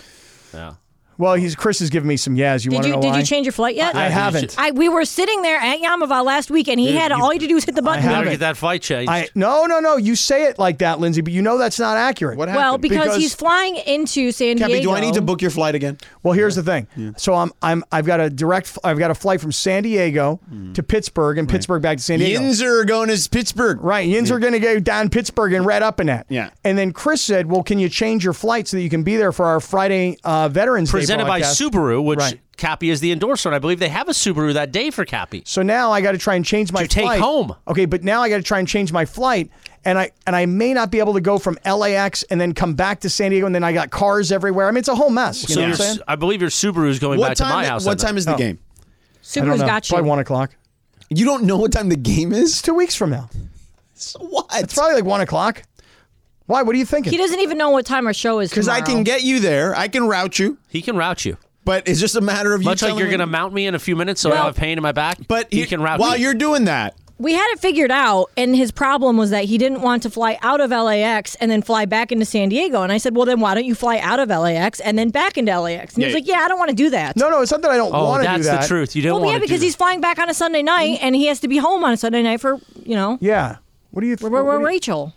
[SPEAKER 1] Yeah.
[SPEAKER 3] Well, he's Chris is giving me some yes. You
[SPEAKER 5] Did
[SPEAKER 3] want to
[SPEAKER 5] you
[SPEAKER 3] know
[SPEAKER 5] did
[SPEAKER 3] why?
[SPEAKER 5] you change your flight yet?
[SPEAKER 3] I haven't.
[SPEAKER 5] I we were sitting there at Yamava last week, and he had all he had to do was hit the button.
[SPEAKER 3] I
[SPEAKER 1] Gotta
[SPEAKER 3] haven't.
[SPEAKER 1] get that fight changed.
[SPEAKER 3] I no no no. You say it like that, Lindsay, but you know that's not accurate.
[SPEAKER 4] What happened?
[SPEAKER 5] Well, because,
[SPEAKER 3] Because-
[SPEAKER 5] he's flying into San
[SPEAKER 4] Cappy,
[SPEAKER 5] Diego.
[SPEAKER 4] do I need to book your flight again?
[SPEAKER 3] Well, here's the thing. So I'm I'm I've got a direct. I've got a flight from San Diego to Pittsburgh and Pittsburgh back to San Diego.
[SPEAKER 4] Mm. Yins are going to Pittsburgh.
[SPEAKER 3] Right, Yins are going to go down Pittsburgh and red up in that.
[SPEAKER 4] Yeah.
[SPEAKER 3] And then Chris said, "Well, can you change your flight so that you can be there for our Friday uh, Veterans Day
[SPEAKER 1] Presented by
[SPEAKER 3] broadcast?"
[SPEAKER 1] Subaru, which
[SPEAKER 3] Right.
[SPEAKER 1] Cappy is the endorser, and I believe they have a Subaru that day for Cappy.
[SPEAKER 3] So now I got to try and change my
[SPEAKER 1] To take
[SPEAKER 3] flight.
[SPEAKER 1] home.
[SPEAKER 3] Okay, but now I got to try and change my flight, and I and I may not be able to go from LAX and then come back to San Diego, and then I got cars everywhere. I mean, it's a whole mess.
[SPEAKER 1] So
[SPEAKER 3] You know
[SPEAKER 1] your
[SPEAKER 3] what I'm
[SPEAKER 1] s-
[SPEAKER 3] saying?
[SPEAKER 1] I believe your Subaru is going
[SPEAKER 4] What
[SPEAKER 1] back to
[SPEAKER 4] time?
[SPEAKER 1] my house.
[SPEAKER 4] what time
[SPEAKER 3] Oh.
[SPEAKER 4] is the game?
[SPEAKER 3] I don't
[SPEAKER 5] Subaru's
[SPEAKER 3] know.
[SPEAKER 5] got you.
[SPEAKER 3] Probably one o'clock.
[SPEAKER 4] You don't know what time the game is.
[SPEAKER 3] Two weeks from now.
[SPEAKER 4] So what?
[SPEAKER 3] It's probably like one o'clock. Why? What are you thinking?
[SPEAKER 5] he doesn't even know what time our show is.
[SPEAKER 4] Because I can get you there. I can route you.
[SPEAKER 1] He can route you.
[SPEAKER 4] But it's just a matter of you.
[SPEAKER 1] Much like
[SPEAKER 4] telling
[SPEAKER 1] you're
[SPEAKER 4] me-
[SPEAKER 1] going to mount me in a few minutes, so I
[SPEAKER 5] Well-
[SPEAKER 1] have pain in my back.
[SPEAKER 4] But
[SPEAKER 1] he
[SPEAKER 4] you-
[SPEAKER 1] can route
[SPEAKER 4] while
[SPEAKER 1] me.
[SPEAKER 4] you're doing that.
[SPEAKER 5] We had it figured out, and his problem was that he didn't want to fly out of LAX and then fly back into San Diego. And I said, "Well, then why don't you fly out of LAX and then back into LAX?" And he was
[SPEAKER 4] Yeah.
[SPEAKER 5] like, "Yeah, I don't want to do that."
[SPEAKER 3] no, no, it's not that I don't
[SPEAKER 1] Oh,
[SPEAKER 3] want to do
[SPEAKER 1] that's
[SPEAKER 3] that.
[SPEAKER 1] the truth. You don't
[SPEAKER 5] Well,
[SPEAKER 1] want
[SPEAKER 5] yeah,
[SPEAKER 1] to
[SPEAKER 5] because
[SPEAKER 1] do
[SPEAKER 5] he's flying back on a Sunday night, and he has to be home on a Sunday night for you know.
[SPEAKER 3] Yeah. What do you?
[SPEAKER 5] Where,
[SPEAKER 3] what
[SPEAKER 5] where
[SPEAKER 3] do you-
[SPEAKER 5] Rachel?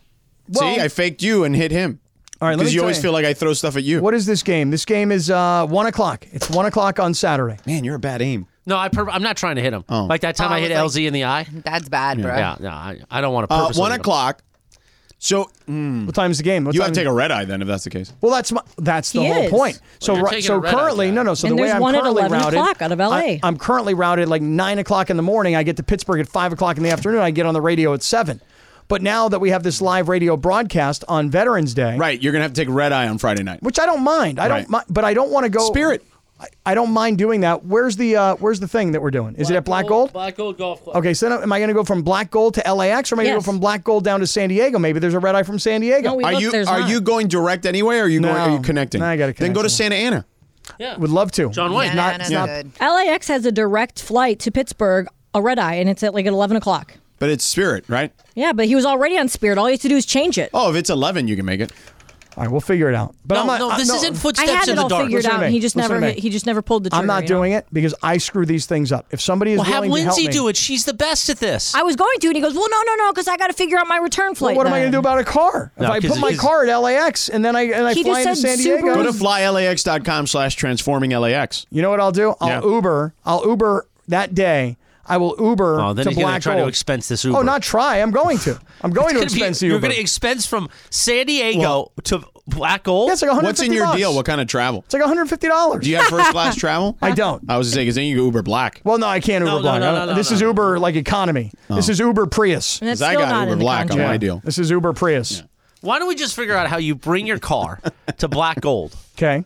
[SPEAKER 4] See, I faked you and hit him.
[SPEAKER 3] All right, let
[SPEAKER 4] Because
[SPEAKER 3] me
[SPEAKER 4] you
[SPEAKER 3] tell
[SPEAKER 4] always
[SPEAKER 3] you.
[SPEAKER 4] feel like I throw stuff at you.
[SPEAKER 3] What is this game? This game is uh, one o'clock. It's one o'clock on Saturday.
[SPEAKER 4] Man, you're a bad aim.
[SPEAKER 1] No, I pur- I'm not trying to hit him. Like that time
[SPEAKER 8] Oh,
[SPEAKER 1] I
[SPEAKER 8] I
[SPEAKER 1] hit
[SPEAKER 8] was
[SPEAKER 1] LZ in the eye.
[SPEAKER 8] That's bad, bro.
[SPEAKER 1] Yeah, no, I, I don't want to.
[SPEAKER 4] Uh,
[SPEAKER 1] purposely
[SPEAKER 4] one
[SPEAKER 1] hit him.
[SPEAKER 4] o'clock. So
[SPEAKER 3] What time's the game? What
[SPEAKER 4] you
[SPEAKER 3] time
[SPEAKER 4] have to take a red eye then, if that's the case.
[SPEAKER 3] Well, that's my, that's the
[SPEAKER 5] He
[SPEAKER 3] whole
[SPEAKER 5] is.
[SPEAKER 3] point. So
[SPEAKER 1] you're
[SPEAKER 3] right,
[SPEAKER 1] taking a
[SPEAKER 3] so
[SPEAKER 1] red eye
[SPEAKER 3] currently,
[SPEAKER 1] guy.
[SPEAKER 3] no, no. So
[SPEAKER 5] And
[SPEAKER 3] the way
[SPEAKER 5] there's
[SPEAKER 3] I'm
[SPEAKER 5] one at
[SPEAKER 3] currently
[SPEAKER 5] 11
[SPEAKER 3] routed,
[SPEAKER 5] o'clock out of LA.
[SPEAKER 3] I, am currently routed like nine o'clock in the morning. I get to Pittsburgh at five o'clock in the afternoon. I get on the radio at seven. But now that we have this live radio broadcast on Veterans Day,
[SPEAKER 4] Right, you're gonna have to take red eye on Friday night.
[SPEAKER 3] Which I don't mind. I
[SPEAKER 4] Right.
[SPEAKER 3] don't mind, but I don't want to go
[SPEAKER 4] Spirit.
[SPEAKER 3] I, I don't mind doing that. Where's the uh, Where's the thing that we're doing? Is it at Black Gold?
[SPEAKER 1] Black Gold Golf Club.
[SPEAKER 3] Okay, so then am I going to go from Black Gold to LAX, or am I going
[SPEAKER 5] Yes.
[SPEAKER 3] to go from Black Gold down to San Diego? Maybe there's a red eye from San Diego.
[SPEAKER 5] No, we
[SPEAKER 4] Are
[SPEAKER 5] looked,
[SPEAKER 4] you
[SPEAKER 5] there's
[SPEAKER 4] are
[SPEAKER 5] not.
[SPEAKER 4] you going direct anyway? Or are you going? Are
[SPEAKER 3] No.
[SPEAKER 4] you connecting?
[SPEAKER 3] No, I gotta
[SPEAKER 4] Then go to
[SPEAKER 3] connect
[SPEAKER 4] Santa Ana.
[SPEAKER 1] Yeah.
[SPEAKER 3] Would love to.
[SPEAKER 1] John Wayne.
[SPEAKER 8] Yeah,
[SPEAKER 3] Not-
[SPEAKER 8] no, no,
[SPEAKER 3] it's
[SPEAKER 8] no,
[SPEAKER 3] not-
[SPEAKER 8] good.
[SPEAKER 5] LAX has a direct flight to Pittsburgh, a red eye, and it's at like at 11 o'clock.
[SPEAKER 4] But it's Spirit, right?
[SPEAKER 5] Yeah, but he was already on Spirit. All you have to do is change it.
[SPEAKER 4] Oh, if it's eleven, you can make it.
[SPEAKER 3] All right, we'll figure it out. But
[SPEAKER 1] No,
[SPEAKER 3] I'm not,
[SPEAKER 1] no,
[SPEAKER 3] I-
[SPEAKER 1] this
[SPEAKER 3] no,
[SPEAKER 1] isn't
[SPEAKER 5] I
[SPEAKER 1] footsteps
[SPEAKER 5] had
[SPEAKER 1] in
[SPEAKER 5] it
[SPEAKER 1] the
[SPEAKER 5] all
[SPEAKER 1] dark.
[SPEAKER 5] figured
[SPEAKER 3] Listen to
[SPEAKER 5] out.
[SPEAKER 3] me.
[SPEAKER 5] and He just
[SPEAKER 3] Listen to
[SPEAKER 5] never
[SPEAKER 3] me.
[SPEAKER 5] hit, he just never pulled the trigger.
[SPEAKER 3] I'm not
[SPEAKER 5] you know?
[SPEAKER 3] doing it because I screw these things up. If somebody is
[SPEAKER 1] Well, have
[SPEAKER 3] willing to help
[SPEAKER 1] Lindsay
[SPEAKER 3] me,
[SPEAKER 1] do it. She's the best at this.
[SPEAKER 5] I was going to, and he goes, "Well, no, no, no, because I got to figure out my return
[SPEAKER 3] Well,
[SPEAKER 5] flight."
[SPEAKER 3] what am I going to do about a car?
[SPEAKER 1] No,
[SPEAKER 3] if I
[SPEAKER 1] 'cause
[SPEAKER 3] put my
[SPEAKER 1] he's-
[SPEAKER 3] car at LAX and then I and I
[SPEAKER 5] He
[SPEAKER 3] fly
[SPEAKER 5] just
[SPEAKER 3] into
[SPEAKER 5] said
[SPEAKER 3] San Diego,
[SPEAKER 4] Go to
[SPEAKER 5] Subaru.
[SPEAKER 4] flylax.com slash transforming LAX.
[SPEAKER 3] you know what I'll do? I'll
[SPEAKER 4] Yeah.
[SPEAKER 3] Uber. I'll Uber that day. I will Uber
[SPEAKER 1] Oh, then
[SPEAKER 3] to
[SPEAKER 1] he's gonna
[SPEAKER 3] Black
[SPEAKER 1] try to
[SPEAKER 3] Gold.
[SPEAKER 1] expense this Uber.
[SPEAKER 3] Oh, not try. I'm going to. I'm going to
[SPEAKER 1] It's gonna be-
[SPEAKER 3] expense the
[SPEAKER 1] You're
[SPEAKER 3] Uber.
[SPEAKER 1] going to expense from San Diego to Black Gold.
[SPEAKER 3] That's like 150
[SPEAKER 4] What's in your
[SPEAKER 3] bucks.
[SPEAKER 4] deal? What kind of travel?
[SPEAKER 3] It's like 150 dollars.
[SPEAKER 4] Do you have first class travel?
[SPEAKER 3] I don't.
[SPEAKER 4] I was gonna say because then you go Uber Black.
[SPEAKER 3] Well, no, I can't
[SPEAKER 1] No,
[SPEAKER 3] Uber
[SPEAKER 1] no,
[SPEAKER 3] Black.
[SPEAKER 1] no,
[SPEAKER 3] I don't-
[SPEAKER 1] no, no,
[SPEAKER 3] this is
[SPEAKER 1] no. Oh.
[SPEAKER 3] Uber like economy. This is Uber Prius.
[SPEAKER 5] And that's
[SPEAKER 4] 'Cause I
[SPEAKER 5] still
[SPEAKER 4] got
[SPEAKER 5] not in
[SPEAKER 4] Uber
[SPEAKER 5] the
[SPEAKER 4] Black on
[SPEAKER 5] contract.
[SPEAKER 4] my deal.
[SPEAKER 3] This is Uber Prius.
[SPEAKER 1] Why don't we just figure out how you bring your car to Black Gold?
[SPEAKER 3] Okay.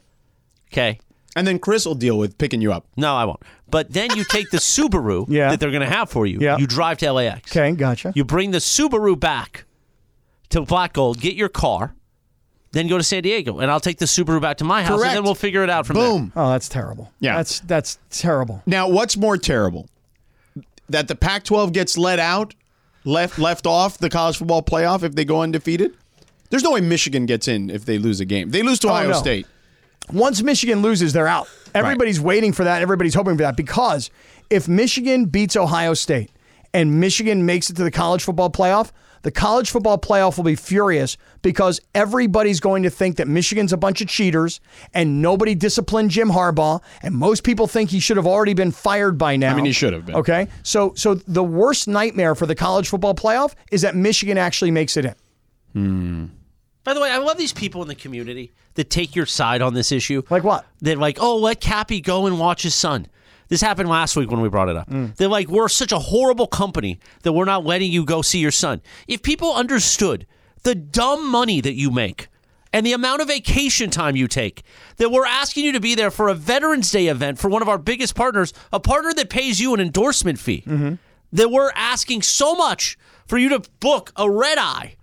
[SPEAKER 1] Okay.
[SPEAKER 4] And then Chris will deal with picking you up.
[SPEAKER 1] No, I won't. But then you take the Subaru
[SPEAKER 3] Yeah.
[SPEAKER 1] that they're going to have for you.
[SPEAKER 3] Yeah.
[SPEAKER 1] You drive to LAX.
[SPEAKER 3] Okay. Gotcha.
[SPEAKER 1] You bring the Subaru back to Black Gold, get your car, then go to San Diego, and I'll take the Subaru back to my house,
[SPEAKER 4] Correct.
[SPEAKER 1] and then we'll figure it out from
[SPEAKER 4] Boom.
[SPEAKER 3] Oh, that's terrible.
[SPEAKER 4] Yeah.
[SPEAKER 3] That's that's terrible.
[SPEAKER 4] Now, what's more terrible? That the Pac-12 gets let out, left left off the college football playoff if they go undefeated. There's no way Michigan gets in if they lose a game. They lose to Ohio
[SPEAKER 3] Oh, no.
[SPEAKER 4] State.
[SPEAKER 3] once Michigan loses, they're out. Everybody's waiting for that. Everybody's hoping for that because if Michigan beats Ohio State and Michigan makes it to the college football playoff, the college football playoff will be furious because everybody's going to think that Michigan's a bunch of cheaters and nobody disciplined Jim Harbaugh and most people think he should have already been fired by now. I
[SPEAKER 4] mean, he should have been.
[SPEAKER 3] Okay? So so the worst nightmare for the college football playoff is that Michigan actually makes it in.
[SPEAKER 1] there. By the way, I love these people in the community that take your side on this issue.
[SPEAKER 3] Like what?
[SPEAKER 1] They're like, oh, let Cappy go and watch his son. This happened last week when we brought it up. They're like, we're such a horrible company that we're not letting you go see your son. If people understood the dumb money that you make and the amount of vacation time you take, that we're asking you to be there for a Veterans Day event for one of our biggest partners, a partner that pays you an endorsement fee, that we're asking so much for you to book a red eye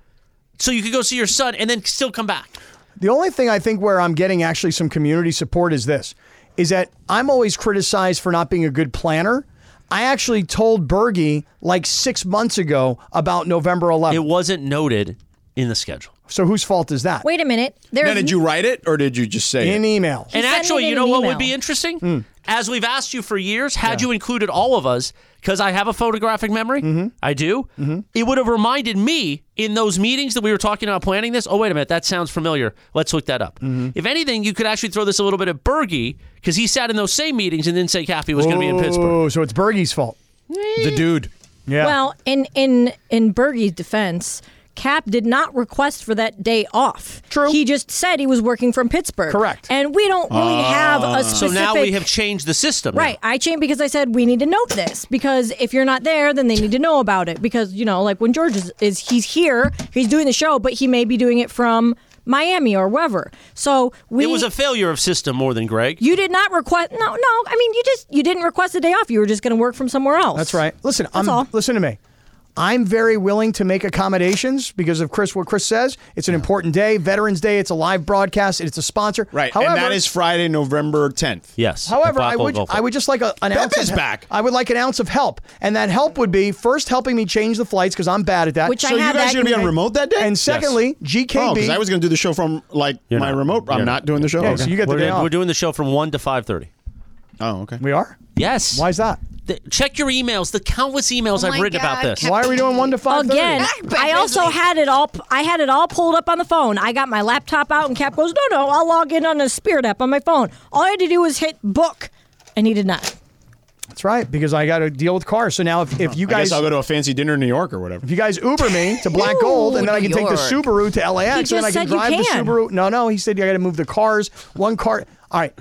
[SPEAKER 1] so you could go see your son and then still come back.
[SPEAKER 3] The only thing I think where I'm getting actually some community support is this is that I'm always criticized for not being a good planner. I actually told Bergie like six months ago about November 11th.
[SPEAKER 1] It wasn't noted in the schedule.
[SPEAKER 3] So whose fault is that?
[SPEAKER 5] Wait a minute. There
[SPEAKER 4] Now,
[SPEAKER 5] is
[SPEAKER 4] did you write it or did you just say
[SPEAKER 3] In
[SPEAKER 4] it?
[SPEAKER 3] email.
[SPEAKER 5] He
[SPEAKER 1] and
[SPEAKER 5] sent it
[SPEAKER 1] actually,
[SPEAKER 5] in
[SPEAKER 1] you
[SPEAKER 5] an
[SPEAKER 1] know what
[SPEAKER 5] email.
[SPEAKER 1] would be interesting?
[SPEAKER 3] Hmm.
[SPEAKER 1] As we've asked you for years, had you included all of us, because I have a photographic memory,
[SPEAKER 3] Mm-hmm.
[SPEAKER 1] I do, it would have reminded me in those meetings that we were talking about planning this. Oh, wait a minute, that sounds familiar. Let's look that up.
[SPEAKER 3] Mm-hmm.
[SPEAKER 1] If anything, you could actually throw this a little bit at Bergie, because he sat in those same meetings and didn't say Cappy was going to be in Pittsburgh.
[SPEAKER 3] Oh, so it's Bergie's fault.
[SPEAKER 7] The dude.
[SPEAKER 3] Yeah.
[SPEAKER 5] Well, in in in Bergie's defense, Cap did not request for that day off.
[SPEAKER 3] True.
[SPEAKER 5] He just said he was working from Pittsburgh.
[SPEAKER 3] Correct.
[SPEAKER 5] And we don't really have
[SPEAKER 4] Ah.
[SPEAKER 5] a
[SPEAKER 1] So
[SPEAKER 5] specific.
[SPEAKER 1] now we have changed the system. now.
[SPEAKER 5] Right, I changed because I said we need to note this because if you're not there, then they need to know about it because you know, like when George is, is he's here, he's doing the show, but he may be doing it from Miami or wherever. So we
[SPEAKER 1] It was a failure of system more than Greg.
[SPEAKER 5] you did not request no no I mean you just you didn't request a day off you were just going to work from somewhere else.
[SPEAKER 3] That's right. Listen,
[SPEAKER 5] That's
[SPEAKER 3] I'm
[SPEAKER 5] all.
[SPEAKER 3] listen to me. I'm very willing to make accommodations because of Chris what Chris says. It's an important day, Veterans Day, it's a live broadcast, it's a sponsor.
[SPEAKER 4] Right.
[SPEAKER 3] However,
[SPEAKER 4] and that is Friday, November 10th.
[SPEAKER 1] yes.
[SPEAKER 3] However, I
[SPEAKER 1] Buffalo
[SPEAKER 3] would
[SPEAKER 1] Gold Cup.
[SPEAKER 3] I would just like a, an ounce
[SPEAKER 4] is
[SPEAKER 3] of, he-
[SPEAKER 4] back.
[SPEAKER 3] I would like an ounce of help, and that help would be first helping me change the flights because I'm bad at that.
[SPEAKER 5] Which I
[SPEAKER 4] So you
[SPEAKER 5] had
[SPEAKER 4] guys
[SPEAKER 5] that
[SPEAKER 4] going to be on
[SPEAKER 5] conver-
[SPEAKER 4] remote that day?
[SPEAKER 3] and secondly,
[SPEAKER 4] Oh, because
[SPEAKER 3] GKB.
[SPEAKER 4] I was going to do the show from like my
[SPEAKER 1] not.
[SPEAKER 4] remote. I'm not doing the show.
[SPEAKER 3] Yeah,
[SPEAKER 4] Okay.
[SPEAKER 3] so you get the
[SPEAKER 1] we're,
[SPEAKER 3] day
[SPEAKER 1] gonna-
[SPEAKER 3] off.
[SPEAKER 1] we're doing the show from 1 to 5.30.
[SPEAKER 4] oh, okay.
[SPEAKER 3] we are.
[SPEAKER 1] Yes.
[SPEAKER 3] Why is that?
[SPEAKER 1] The- check your emails, the countless emails
[SPEAKER 8] Oh
[SPEAKER 1] I've
[SPEAKER 8] my
[SPEAKER 1] written about
[SPEAKER 8] God,
[SPEAKER 1] this.
[SPEAKER 8] Kevin.
[SPEAKER 3] Why are we doing one to five?
[SPEAKER 5] Again, I also had it all. I had it all pulled up on the phone. I got my laptop out, and Cap goes, "No, no, I'll log in on the Spirit app on my phone." All I had to do was hit book, and he did not.
[SPEAKER 3] That's right, because I got to deal with cars. So now, if, if you
[SPEAKER 4] I guess
[SPEAKER 3] guys
[SPEAKER 4] I'll go to a fancy dinner in New York or whatever.
[SPEAKER 3] If you guys Uber me to Black Gold, and then I can
[SPEAKER 8] New
[SPEAKER 3] take the
[SPEAKER 8] York.
[SPEAKER 3] Subaru to LAX,
[SPEAKER 5] He
[SPEAKER 3] and then I
[SPEAKER 5] just
[SPEAKER 3] can
[SPEAKER 5] said you
[SPEAKER 3] drive the
[SPEAKER 5] can.
[SPEAKER 3] Subaru. No, no, he said I got to move the cars. One car. All right.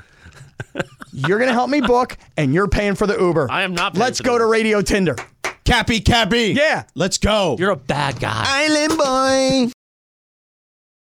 [SPEAKER 3] You're gonna help me book, and you're paying for the Uber.
[SPEAKER 1] I am not paying
[SPEAKER 3] Let's
[SPEAKER 1] for the
[SPEAKER 3] go to
[SPEAKER 1] Uber.
[SPEAKER 3] Radio Tinder.
[SPEAKER 4] Cappy, Cappy.
[SPEAKER 3] Yeah.
[SPEAKER 4] Let's go.
[SPEAKER 1] You're a bad guy.
[SPEAKER 4] Island boy.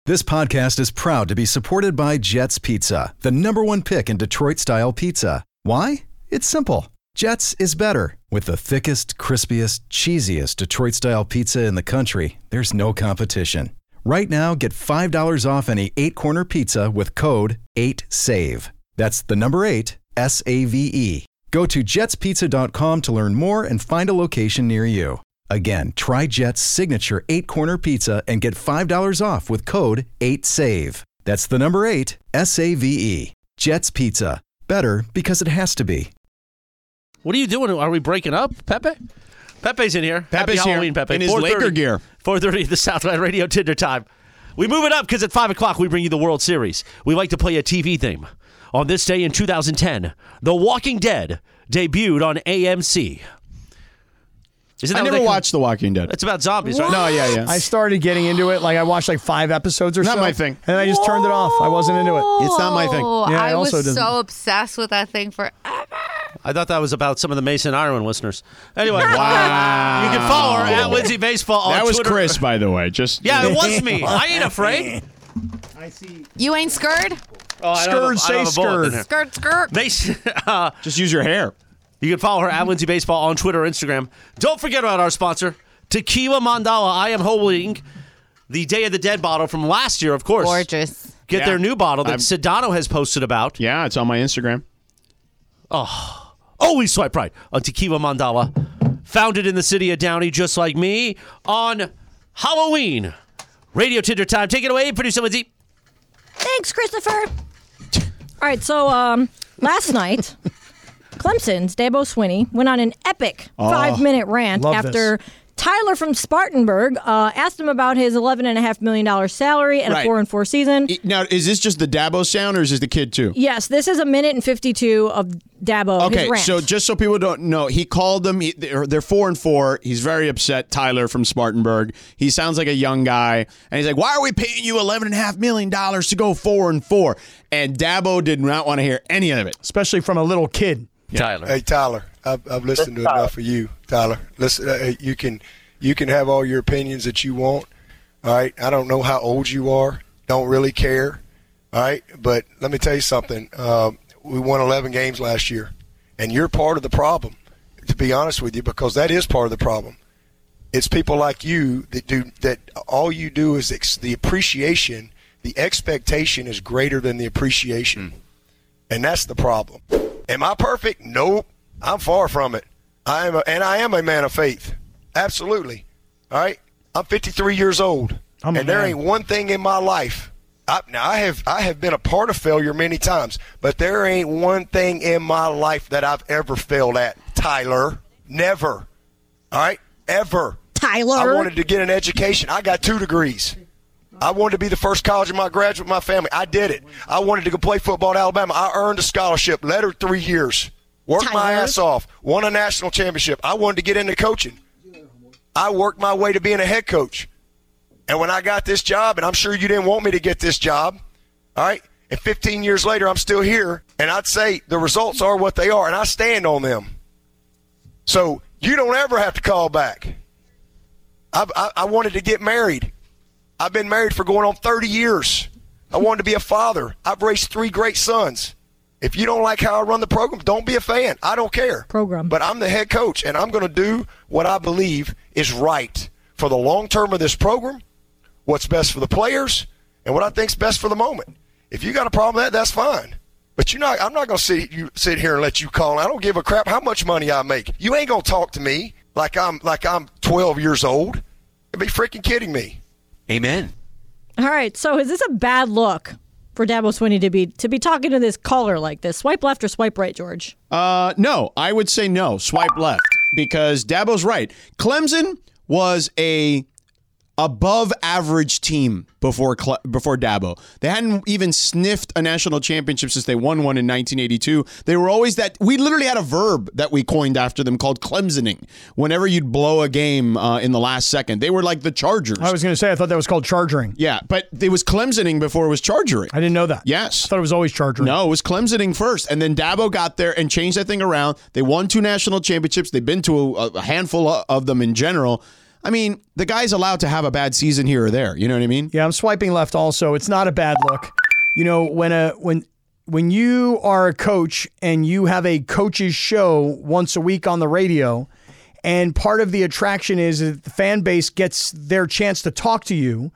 [SPEAKER 9] This podcast is proud to be supported by Jets Pizza, the number one pick in Detroit style pizza. Why? It's simple. Jets is better. With the thickest, crispiest, cheesiest Detroit style pizza in the country, there's no competition. Right now, get $5 off any eight corner pizza with code 8SAVE. That's the number eight, S A V E. Go to jetspizza.com to learn more and find a location near you. Again, try Jet's signature eight corner pizza and get $5 off with code 8SAVE. That's the number eight, S A V E. Jet's Pizza. Better because it has to be.
[SPEAKER 1] What are you doing? Are we breaking up, Pepe? Pepe's in here.
[SPEAKER 4] Pepe's
[SPEAKER 1] Happy
[SPEAKER 4] here
[SPEAKER 1] Halloween, Pepe.
[SPEAKER 4] in his Laker gear.
[SPEAKER 1] 4.30 at the Southland Radio Tinder time. We move it up because at 5 o'clock we bring you the World Series. We like to play a TV theme. On this day in 2010, The Walking Dead debuted on AMC. Isn't
[SPEAKER 4] I
[SPEAKER 1] what they
[SPEAKER 4] never
[SPEAKER 1] call-
[SPEAKER 4] watched The Walking Dead.
[SPEAKER 1] It's about zombies, right?
[SPEAKER 4] No, yeah, yeah.
[SPEAKER 3] I started getting into it. Like I watched like five episodes or
[SPEAKER 4] Not
[SPEAKER 3] so.
[SPEAKER 4] my thing.
[SPEAKER 3] And I just turned it off. I wasn't into it.
[SPEAKER 4] It's not my thing.
[SPEAKER 8] Oh,
[SPEAKER 3] Yeah, I
[SPEAKER 8] I, was
[SPEAKER 3] also didn't.
[SPEAKER 8] so obsessed with that thing for.
[SPEAKER 1] I thought that was about some of the Mason Ireland listeners. Anyway,
[SPEAKER 4] Wow.
[SPEAKER 1] you can follow her at Lindsay Baseball on
[SPEAKER 4] That was
[SPEAKER 1] Twitter.
[SPEAKER 4] Chris, by the way. Just
[SPEAKER 1] Yeah, it was me. I ain't afraid.
[SPEAKER 8] You ain't scared?
[SPEAKER 1] Oh, I don't have a- I
[SPEAKER 3] Scourge,
[SPEAKER 1] don't
[SPEAKER 3] say
[SPEAKER 1] have a bullet in
[SPEAKER 3] scourge.
[SPEAKER 1] here.
[SPEAKER 8] Skirt, skirt.
[SPEAKER 1] Mason, uh,
[SPEAKER 4] Just use your hair.
[SPEAKER 1] you can follow her at Lindsay Baseball on Twitter or Instagram. Don't forget about our sponsor, Tequila Mandala. I am holding the Day of the Dead bottle from last year, of course.
[SPEAKER 8] Gorgeous.
[SPEAKER 1] Get their
[SPEAKER 4] Yeah.
[SPEAKER 1] new bottle that
[SPEAKER 4] I'm-
[SPEAKER 1] Sedano has posted about.
[SPEAKER 4] Yeah, it's on my Instagram.
[SPEAKER 1] Always swipe right on Tequila Mandala, founded in the city of Downey, just like me, on Halloween. Radio Tinder time. Take it away, producer Lindsay.
[SPEAKER 5] Thanks, Christopher. All right, so um, last night, Clemson's Dabo Swinney went on an epic
[SPEAKER 4] Oh,
[SPEAKER 5] five-minute rant
[SPEAKER 3] love
[SPEAKER 5] after Tyler from Spartanburg uh, asked him about his eleven and a half million dollar salary and
[SPEAKER 4] Right.
[SPEAKER 5] a four and four season.
[SPEAKER 4] Now, is this just the Dabo sound or is this the kid too?
[SPEAKER 5] Yes, this is a minute and 52 of Dabo. his
[SPEAKER 4] Okay,
[SPEAKER 5] rant.
[SPEAKER 4] so just so people don't know, he called them. He, they're, they're four and four. He's very upset. Tyler from Spartanburg. He sounds like a young guy, and he's like, "Why are we paying you eleven and a half million dollars to go four and four? And Dabo did not want to hear any of it.
[SPEAKER 3] Especially from a little kid.
[SPEAKER 1] Tyler.
[SPEAKER 10] Hey Tyler, I've, I've listened to enough of you, Tyler. Listen, uh, uh, you can you can have all your opinions that you want. All right, I don't know how old you are. Don't really care. All right, but let me tell you something. Um, we won 11 games last year, and you're part of the problem. To be honest with you, because that is part of the problem. It's people like you that do that. All you do is ex- the appreciation. The expectation is greater than the appreciation. And that's the problem. Am I perfect? Nope. I'm far from it. I am a, and I am a man of faith. Absolutely. All right. I'm 53 years old. and
[SPEAKER 3] a
[SPEAKER 10] there
[SPEAKER 3] man.
[SPEAKER 10] ain't one thing in my life. I, now I have I have been a part of failure many times, but there ain't one thing in my life that I've ever failed at, Tyler. Never. All right, ever.
[SPEAKER 5] Tyler.
[SPEAKER 10] I wanted to get an education. I got two degrees. I wanted to be the first college in my graduate my family. I did it. I wanted to go play football at Alabama. I earned a scholarship. Led her three years. Worked my
[SPEAKER 11] Tyler.
[SPEAKER 10] ass off. Won a national championship. I wanted to get into coaching. I worked my way to being a head coach. And when I got this job, and I'm sure you didn't want me to get this job, all right? And 15 years later, I'm still here. And I'd say the results are what they are, and I stand on them. So you don't ever have to call back. I, I, I wanted to get married. I've been married for going on 30 years. I wanted to be a father. I've raised three great sons. If you don't like how I run the program, don't be a fan. I don't care. Program. But I'm the head coach, and I'm going to do what I believe is right for the long term of this program, what's best for the players, and what I think's best for the moment. If you got a problem with that, that's fine. But you're not. I'm not going to sit you sit here and let you call. I don't give a crap how much money I make. You ain't going to talk to me like I'm like I'm 12 years old. You'd be freaking kidding me.
[SPEAKER 1] Amen.
[SPEAKER 5] All right. So is this a bad look for Dabo Swinney to be to be talking to this caller like this? Swipe left or swipe right, George?
[SPEAKER 4] Uh, no, I would say no. Swipe left because Dabo's right. Clemson was a above average team before Cle- before Dabo. They hadn't even sniffed a national championship since they won one in 1982. They were always that we literally had a verb that we coined after them called Clemsoning. Whenever you'd blow a game uh, in the last second, they were like the Chargers.
[SPEAKER 3] I was going to say I thought that was called chargering.
[SPEAKER 4] Yeah, but it was Clemsoning before it was Chargering.
[SPEAKER 3] I didn't know that.
[SPEAKER 4] Yes.
[SPEAKER 3] I thought it was always chargering.
[SPEAKER 4] No, it was Clemsoning first, and then Dabo got there and changed that thing around. They won two national championships. They've been to a, a handful o- of them in general. I mean, the guy's allowed to have a bad season here or there. You know what I mean?
[SPEAKER 3] Yeah, I'm swiping left also. It's not a bad look. You know, when a when when you are a coach and you have a coach's show once a week on the radio, and part of the attraction is that the fan base gets their chance to talk to you.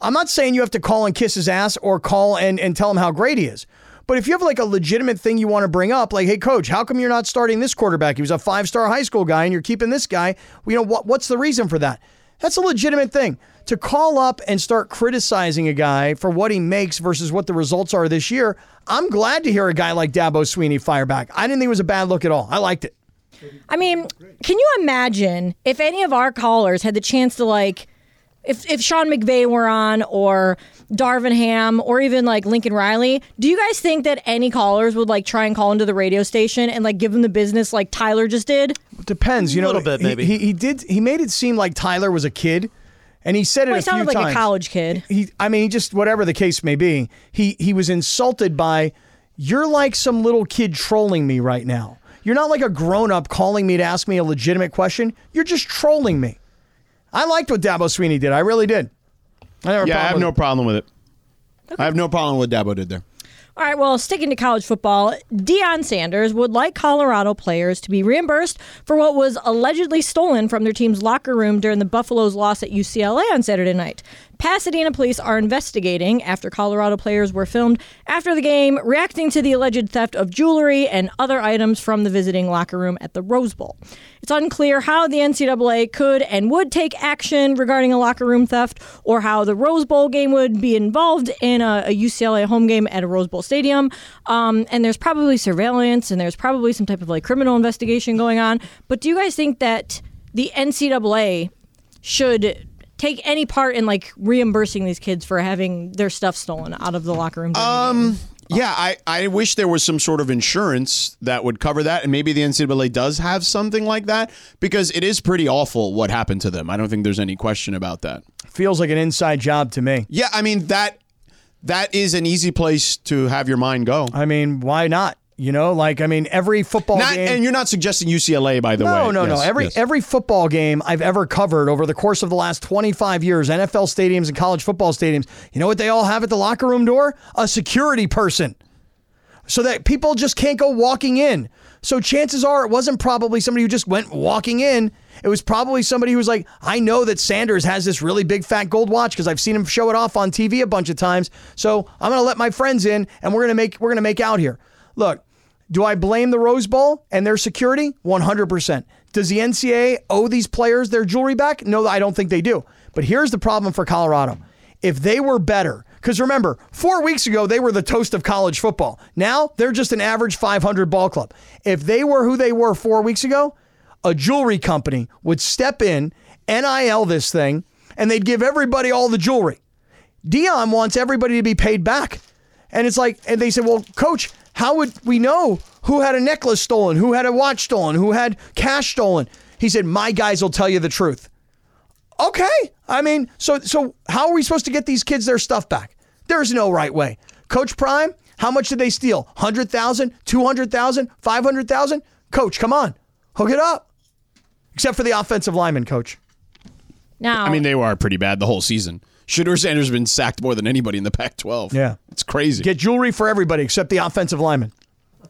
[SPEAKER 3] I'm not saying you have to call and kiss his ass or call and, and tell him how great he is. But if you have like a legitimate thing you want to bring up, like, hey, coach, how come you're not starting this quarterback? He was a five star high school guy and you're keeping this guy. You know, what, what's the reason for that? That's a legitimate thing. To call up and start criticizing a guy for what he makes versus what the results are this year, I'm glad to hear a guy like Dabo Sweeney fire back. I didn't think it was a bad look at all. I liked it.
[SPEAKER 5] I mean, can you imagine if any of our callers had the chance to like if if Sean McVay were on or Darvin Ham or even like Lincoln Riley, do you guys think that any callers would like try and call into the radio station and like give them the business like Tyler just did?
[SPEAKER 3] Depends, you know.
[SPEAKER 5] Little bit,
[SPEAKER 3] he-
[SPEAKER 5] maybe.
[SPEAKER 3] He, he did. He made it seem like Tyler was a kid, and he said it
[SPEAKER 5] Well,
[SPEAKER 3] a
[SPEAKER 5] he
[SPEAKER 3] few
[SPEAKER 5] sounded like a
[SPEAKER 3] times.
[SPEAKER 5] college kid.
[SPEAKER 3] He, I mean, he just whatever the case may be. He he was insulted by, you're like some little kid trolling me right now. You're not like a grown up calling me to ask me a legitimate question. You're just trolling me. I liked what Dabo Sweeney did. I really did. I never
[SPEAKER 4] yeah, I have
[SPEAKER 3] problem
[SPEAKER 4] no
[SPEAKER 3] with-
[SPEAKER 4] problem with it. I have no problem with what Dabo did there.
[SPEAKER 5] All right, well, sticking to college football, Deion Sanders would like Colorado players to be reimbursed for what was allegedly stolen from their team's locker room during the Buffalo's loss at UCLA on Saturday night. Pasadena police are investigating after Colorado players were filmed after the game reacting to the alleged theft of jewelry and other items from the visiting locker room at the Rose Bowl. It's unclear how the NCAA could and would take action regarding a locker room theft or how the Rose Bowl game would be involved in a, a UCLA home game at a Rose Bowl stadium. Um, and there's probably surveillance and there's probably some type of like criminal investigation going on. But do you guys think that the NCAA should take any part in like reimbursing these kids for having their stuff stolen out of the locker room? during the game?
[SPEAKER 4] Yeah, I, I wish there was some sort of insurance that would cover that, and maybe the NCAA does have something like that because it is pretty awful what happened to them. I don't think there's any question about that.
[SPEAKER 3] Feels like an inside job to me.
[SPEAKER 4] Yeah, I mean that that is an easy place to have your mind go.
[SPEAKER 3] I mean, why not? You know, like I mean, every football
[SPEAKER 4] Not,
[SPEAKER 3] game.
[SPEAKER 4] and you're not suggesting UCLA, by the
[SPEAKER 3] no,
[SPEAKER 4] way.
[SPEAKER 3] No, no,
[SPEAKER 4] Yes,
[SPEAKER 3] Every
[SPEAKER 4] yes.
[SPEAKER 3] every football game I've ever covered over the course of the last 25 years, NFL stadiums and college football stadiums, you know what they all have at the locker room door? A security person. So that people just can't go walking in. So chances are it wasn't probably somebody who just went walking in. It was probably somebody who was like, I know that Sanders has this really big fat gold watch because I've seen him show it off on TV a bunch of times. So I'm gonna let my friends in and we're gonna make we're gonna make out here. Look, do I blame the Rose Bowl and their security? 100%. Does the NCAA owe these players their jewelry back? No, I don't think they do. But here's the problem for Colorado. If they were better, because remember, four weeks ago, they were the toast of college football. Now they're just an average 500 ball club. If they were who they were four weeks ago, a jewelry company would step in, NIL this thing, and they'd give everybody all the jewelry. Dion wants everybody to be paid back. And it's like, and they said, well, coach, how would we know who had a necklace stolen, who had a watch stolen, who had cash stolen? He said, my guys will tell you the truth. Okay. I mean, so so how are we supposed to get these kids their stuff back? There's no right way. Coach Prime, how much did they steal? 100,000, 200,000, 500,000? Coach, come on. Hook it up. Except for the offensive lineman coach.
[SPEAKER 5] Now,
[SPEAKER 4] I mean, they were pretty bad the whole season. Shadur Sanders has been sacked more than anybody in the Pac-12.
[SPEAKER 3] Yeah.
[SPEAKER 4] it's crazy.
[SPEAKER 3] Get jewelry for everybody except the offensive lineman.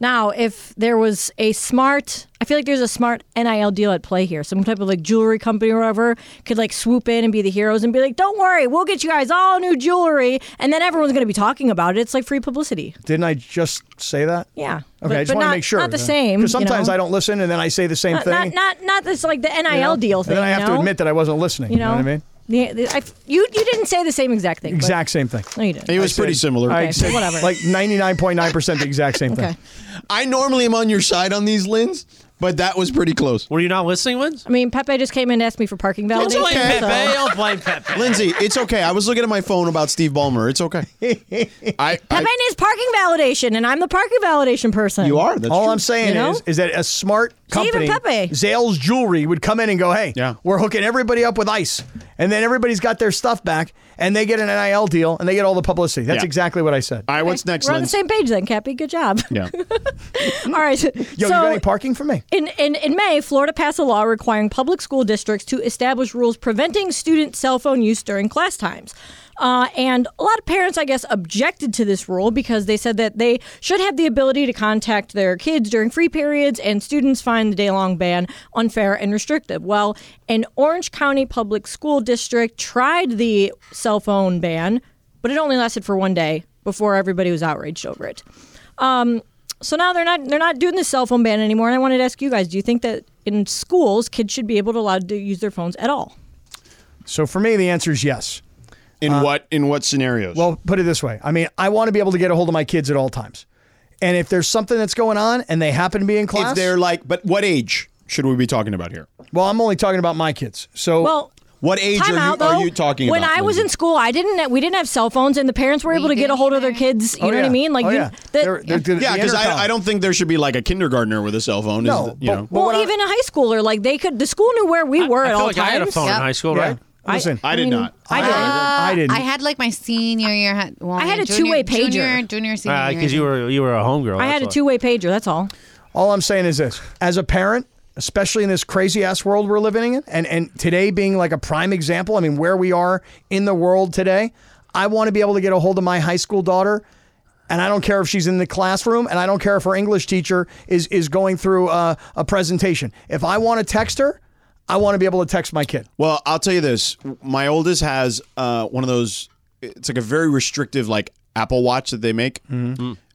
[SPEAKER 5] Now, if there was a smart, I feel like there's a smart NIL deal at play here. Some type of like jewelry company or whatever could like swoop in and be the heroes and be like, don't worry, we'll get you guys all new jewelry. And then everyone's going to be talking about it. It's like free publicity.
[SPEAKER 3] Didn't I just say that?
[SPEAKER 5] Yeah.
[SPEAKER 3] Okay,
[SPEAKER 5] But-
[SPEAKER 3] I just
[SPEAKER 5] but
[SPEAKER 3] want
[SPEAKER 5] not-
[SPEAKER 3] to make sure.
[SPEAKER 5] not the same,
[SPEAKER 3] Because
[SPEAKER 5] you
[SPEAKER 3] sometimes
[SPEAKER 5] know?
[SPEAKER 3] I don't listen and then I say the same
[SPEAKER 5] Not,
[SPEAKER 3] thing.
[SPEAKER 5] not, not, not this like the NIL
[SPEAKER 3] you know?
[SPEAKER 5] deal
[SPEAKER 3] And
[SPEAKER 5] thing.
[SPEAKER 3] then I have
[SPEAKER 5] you
[SPEAKER 3] to
[SPEAKER 5] know?
[SPEAKER 3] admit that I wasn't listening. You know, what I mean?
[SPEAKER 5] The, the, I, you, you didn't say the same exact thing. but-
[SPEAKER 3] Exact same thing.
[SPEAKER 5] No, you didn't.
[SPEAKER 4] It was
[SPEAKER 3] I
[SPEAKER 4] pretty
[SPEAKER 3] said-
[SPEAKER 4] similar.
[SPEAKER 3] I
[SPEAKER 5] Okay,
[SPEAKER 3] said
[SPEAKER 5] whatever.
[SPEAKER 3] like 99.9% the exact same thing.
[SPEAKER 5] Okay.
[SPEAKER 4] I normally am on your side on these Lins, but that was pretty close.
[SPEAKER 1] Were you not listening, Wins?
[SPEAKER 5] I mean, Pepe just came in and asked me for parking validation.
[SPEAKER 1] Don't blame
[SPEAKER 4] okay.
[SPEAKER 5] so-
[SPEAKER 1] Pepe. Don't blame Pepe.
[SPEAKER 4] Lindsay, it's okay. I was looking at my phone about Steve Ballmer. It's okay. I,
[SPEAKER 5] Pepe
[SPEAKER 4] I
[SPEAKER 5] needs parking validation, and I'm the parking validation person.
[SPEAKER 4] you are. That's
[SPEAKER 3] All
[SPEAKER 4] true.
[SPEAKER 3] I'm saying
[SPEAKER 5] You know?
[SPEAKER 3] is, is that a smart
[SPEAKER 5] See,
[SPEAKER 3] company,
[SPEAKER 5] even Pepe.
[SPEAKER 3] Zales Jewelry, would come in and go, "Hey,
[SPEAKER 4] Yeah.
[SPEAKER 3] we're hooking everybody up with ice," and then everybody's got their stuff back, and they get an NIL deal, and they get all the publicity. That's
[SPEAKER 4] Yeah.
[SPEAKER 3] exactly what I said.
[SPEAKER 4] All right, what's next,
[SPEAKER 5] We're on the
[SPEAKER 4] Lindsay?
[SPEAKER 5] same page then, Cappy. Good job.
[SPEAKER 4] Yeah.
[SPEAKER 5] All right.
[SPEAKER 3] Yo,
[SPEAKER 5] so,
[SPEAKER 3] you got any parking for me?
[SPEAKER 5] In, in, in May, Florida passed a law requiring public school districts to establish rules preventing student cell phone use during class times. Uh, and a lot of parents, I guess, objected to this rule because they said that they should have the ability to contact their kids during free periods, and students find the day long ban unfair and restrictive. Well, an Orange County public school district tried the cell phone ban, but it only lasted for one day before everybody was outraged over it. Um, so now they're not they're not doing the cell phone ban anymore. And I wanted to ask you guys: Do you think that in schools kids should be able to allowed to use their phones at all?
[SPEAKER 3] So for me, the answer is yes.
[SPEAKER 4] In what in what scenarios?
[SPEAKER 3] Uh, Well, put it this way. I mean, I want to be able to get a hold of my kids at all times, and if there's something that's going on and they happen to be in
[SPEAKER 4] if
[SPEAKER 3] class,
[SPEAKER 4] they're like, but what age should we be talking about here?
[SPEAKER 3] well, I'm only talking about my kids. So
[SPEAKER 5] Well.
[SPEAKER 4] What age are
[SPEAKER 5] Time
[SPEAKER 4] you,
[SPEAKER 5] out,
[SPEAKER 4] are
[SPEAKER 5] though.
[SPEAKER 4] you talking
[SPEAKER 5] when
[SPEAKER 4] about?
[SPEAKER 5] I was in
[SPEAKER 4] Lindsay?
[SPEAKER 5] school, I didn't. We didn't have cell phones, and the parents were able to get a
[SPEAKER 8] didn't
[SPEAKER 5] hold of their
[SPEAKER 8] either.
[SPEAKER 5] kids. You
[SPEAKER 3] Oh,
[SPEAKER 5] know what
[SPEAKER 3] yeah.
[SPEAKER 5] I mean? Like,
[SPEAKER 3] oh,
[SPEAKER 5] you-
[SPEAKER 3] yeah.
[SPEAKER 5] that-
[SPEAKER 3] They're- they're- the
[SPEAKER 4] Yeah, because
[SPEAKER 3] intercom.
[SPEAKER 4] I, I don't think there should be like a kindergartner with a cell phone.
[SPEAKER 3] No,
[SPEAKER 4] is the- you
[SPEAKER 3] but-
[SPEAKER 4] know.
[SPEAKER 3] but what
[SPEAKER 5] well,
[SPEAKER 3] I-
[SPEAKER 5] even a high schooler, like they could. The school knew where we were
[SPEAKER 1] I
[SPEAKER 5] at
[SPEAKER 1] feel
[SPEAKER 5] all
[SPEAKER 1] like
[SPEAKER 5] times.
[SPEAKER 1] I had a phone in
[SPEAKER 8] Yep.
[SPEAKER 1] high school,
[SPEAKER 3] Yeah.
[SPEAKER 1] right?
[SPEAKER 3] Listen,
[SPEAKER 4] I, did
[SPEAKER 5] mean,
[SPEAKER 4] not.
[SPEAKER 3] I didn't. I didn't.
[SPEAKER 8] I had like my senior year. ha- Well,
[SPEAKER 5] I had a
[SPEAKER 8] junior-
[SPEAKER 5] two-way pager.
[SPEAKER 8] Junior, junior, senior year.
[SPEAKER 1] Because you were you were a homegirl.
[SPEAKER 5] I had a
[SPEAKER 1] that's why.
[SPEAKER 5] two-way pager. That's all.
[SPEAKER 3] All I'm saying is this: as a parent, especially in this crazy ass world we're living in, and and today being like a prime example. I mean, where we are in the world today, I want to be able to get a hold of my high school daughter, and I don't care if she's in the classroom, and I don't care if her English teacher is is going through a, a presentation. If I want to text her, I want to be able to text my kid.
[SPEAKER 4] Well, I'll tell you this. My oldest has uh, one of those. It's like a very restrictive, like Apple Watch that they make,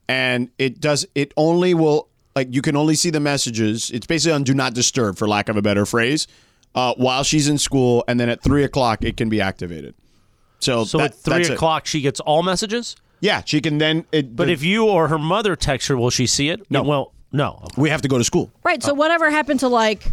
[SPEAKER 4] and it does. It only will like you can only see the messages. It's basically on do not disturb, for lack of a better phrase, uh, while she's in school, and then at three o'clock it can be activated. So,
[SPEAKER 1] So
[SPEAKER 4] that-
[SPEAKER 1] at three
[SPEAKER 4] that's it.
[SPEAKER 1] o'clock, she gets all messages.
[SPEAKER 4] yeah, she can then. It,
[SPEAKER 1] But if you or her mother texts her, will she see it?
[SPEAKER 4] No.
[SPEAKER 1] Well, no.
[SPEAKER 4] we have to go to school,
[SPEAKER 5] Right. So whatever happened to like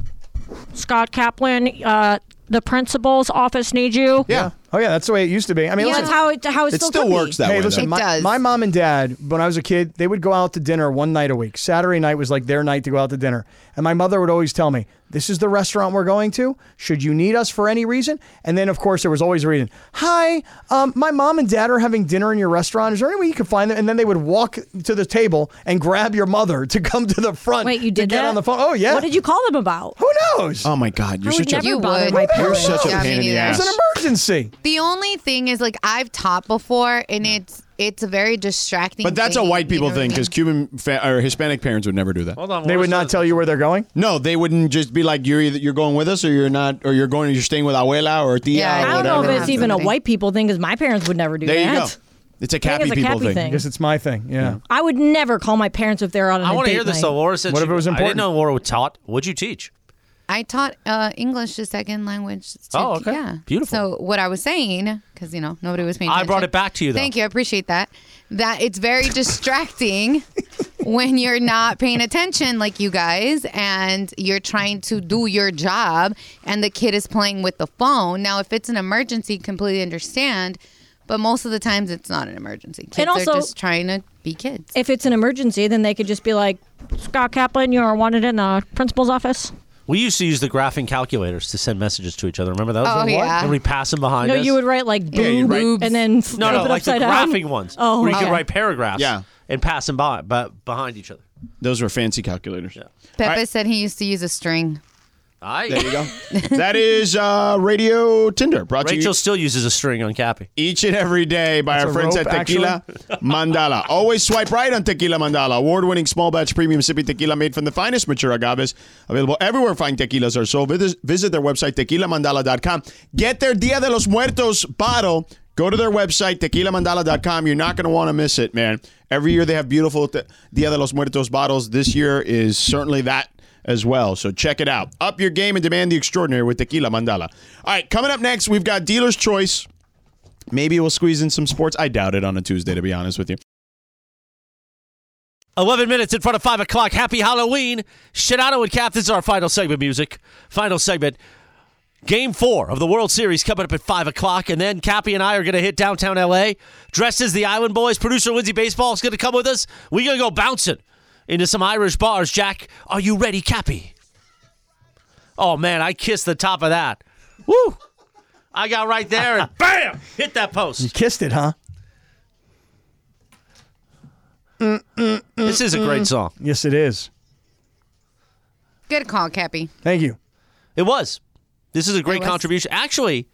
[SPEAKER 5] Scott Kaplan, uh, the principal's office needs you.
[SPEAKER 4] yeah,
[SPEAKER 3] Oh yeah, that's the way it used to be. I mean,
[SPEAKER 5] Yeah,
[SPEAKER 3] listen,
[SPEAKER 5] that's how it how it,
[SPEAKER 4] it
[SPEAKER 5] still,
[SPEAKER 4] still
[SPEAKER 5] could be.
[SPEAKER 4] works that
[SPEAKER 3] hey,
[SPEAKER 4] way. though.
[SPEAKER 3] listen,
[SPEAKER 8] It
[SPEAKER 3] my,
[SPEAKER 8] does.
[SPEAKER 3] my mom and dad, when I was a kid, they would go out to dinner one night a week. Saturday night was like their night to go out to dinner. And my mother would always tell me, This is the restaurant we're going to. Should you need us for any reason? And then, of course, there was always a reason. Hi, um, my mom and dad are having dinner in your restaurant. Is there any way you can find them? And then they would walk to the table and grab your mother to come to the front.
[SPEAKER 5] Wait, you
[SPEAKER 3] to
[SPEAKER 5] did
[SPEAKER 3] get
[SPEAKER 5] that
[SPEAKER 3] on the phone. Oh, yeah.
[SPEAKER 5] What did you call them about?
[SPEAKER 3] Who knows?
[SPEAKER 4] oh my god, you're
[SPEAKER 5] I would
[SPEAKER 4] such a
[SPEAKER 5] never
[SPEAKER 8] You
[SPEAKER 5] bother
[SPEAKER 8] would.
[SPEAKER 5] my
[SPEAKER 8] You're
[SPEAKER 5] parents.
[SPEAKER 4] such a
[SPEAKER 8] Yeah, me
[SPEAKER 4] pain in the
[SPEAKER 8] neither.
[SPEAKER 4] ass.
[SPEAKER 3] It's an emergency.
[SPEAKER 8] The only thing is, like, I've taught before, and it's it's a very distracting.
[SPEAKER 4] But that's a
[SPEAKER 8] thing,
[SPEAKER 4] white
[SPEAKER 8] you know
[SPEAKER 4] people
[SPEAKER 8] what I
[SPEAKER 4] thing
[SPEAKER 8] mean?
[SPEAKER 4] because Cuban fa- or Hispanic parents would never do that.
[SPEAKER 1] Hold on.
[SPEAKER 3] They would not tell you where they're going.
[SPEAKER 4] No, they wouldn't just be like you're either you're going with us or you're not or you're going you're staying with abuela or tia
[SPEAKER 8] Yeah,
[SPEAKER 4] or
[SPEAKER 5] I don't
[SPEAKER 4] whatever.
[SPEAKER 5] know if it's
[SPEAKER 8] Yeah.
[SPEAKER 5] even a
[SPEAKER 8] Something.
[SPEAKER 5] white people thing because my parents would never do
[SPEAKER 4] there
[SPEAKER 5] that.
[SPEAKER 4] you go. It's a
[SPEAKER 5] I think
[SPEAKER 4] cappy
[SPEAKER 5] it's a
[SPEAKER 4] people
[SPEAKER 5] Cappy
[SPEAKER 4] thing.
[SPEAKER 3] I
[SPEAKER 5] thing.
[SPEAKER 3] guess it's my thing. Yeah.
[SPEAKER 5] I would never call my parents if they're on.
[SPEAKER 1] I
[SPEAKER 5] want to
[SPEAKER 1] hear this though. Laura said
[SPEAKER 3] What
[SPEAKER 1] she,
[SPEAKER 3] if it was
[SPEAKER 1] I didn't
[SPEAKER 3] important?
[SPEAKER 1] know Laura taught. What'd you teach?
[SPEAKER 8] I taught uh, English as second language. To,
[SPEAKER 1] Oh, okay.
[SPEAKER 8] Yeah.
[SPEAKER 1] Beautiful.
[SPEAKER 8] So what I was saying, because you know nobody was paying.
[SPEAKER 1] I brought
[SPEAKER 8] attention.
[SPEAKER 1] it back to you, though.
[SPEAKER 8] Thank you. I appreciate that. That it's very distracting when you're not paying attention, like you guys, and you're trying to do your job, and the kid is playing with the phone. Oh, Now, if it's an emergency, completely understand. But most of the times, it's not an emergency. Kids
[SPEAKER 5] And
[SPEAKER 8] are
[SPEAKER 5] also-
[SPEAKER 8] just trying to be kids.
[SPEAKER 5] If it's an emergency, then they could just be like, Scott Kaplan, you are wanted in the principal's office.
[SPEAKER 1] We used to use the graphing calculators to send messages to each other. Remember those?
[SPEAKER 8] Oh,
[SPEAKER 1] What?
[SPEAKER 8] yeah.
[SPEAKER 1] And we pass them behind
[SPEAKER 5] No,
[SPEAKER 1] us.
[SPEAKER 5] you would write like boo,
[SPEAKER 4] Yeah, you'd write-
[SPEAKER 5] boobs, and then flip
[SPEAKER 1] no, no,
[SPEAKER 5] it
[SPEAKER 1] like the
[SPEAKER 5] upside down.
[SPEAKER 1] graphing ones.
[SPEAKER 5] Oh,
[SPEAKER 1] where you
[SPEAKER 5] wow.
[SPEAKER 1] could write paragraphs.
[SPEAKER 4] Yeah.
[SPEAKER 1] And pass them by, but behind each other.
[SPEAKER 4] Those were fancy calculators.
[SPEAKER 8] Pepe
[SPEAKER 4] right.
[SPEAKER 8] said he used to use a string.
[SPEAKER 1] I
[SPEAKER 4] There you go. that is uh, Radio Tinder brought to you
[SPEAKER 1] Rachel still uses a string on Cappy.
[SPEAKER 4] each and every day by our
[SPEAKER 3] a
[SPEAKER 4] friends
[SPEAKER 3] rope,
[SPEAKER 4] at Tequila Mandala. Always swipe right on Tequila Mandala, award-winning small batch premium sippy tequila made from the finest mature agaves, available everywhere fine tequilas are sold. Visit, visit their website tequilamandala.com. Get their Dia de los Muertos bottle. Go to their website tequilamandala.com. You're not going to want to miss it, man. Every year they have beautiful te- Dia de los Muertos bottles. This year is certainly that as well. So check it out. Up your game and demand the extraordinary with Tequila Mandala. All right, coming up next, we've got Dealer's Choice. Maybe we'll squeeze in some sports. I doubt it on a Tuesday, to be honest with you.
[SPEAKER 1] 11 minutes in front of 5 o'clock. Happy Halloween. Shinano and Cap, this is our final segment music. Final segment. Game four of the World Series coming up at 5 o'clock. And then Cappy and I are going to hit downtown LA dressed as the Island Boys. Producer Lindsey Baseball is going to come with us. We're going to go bouncing into some Irish bars. Jack, are you ready, Cappy? Oh, man, I kissed the top of that. Woo! I got right there and bam! Hit that post.
[SPEAKER 3] Kissed it, huh?
[SPEAKER 1] This is a great song.
[SPEAKER 3] Yes, it is.
[SPEAKER 8] Good call, Cappy.
[SPEAKER 3] Thank you.
[SPEAKER 1] It was. This is a great
[SPEAKER 8] was.
[SPEAKER 1] contribution. Actually,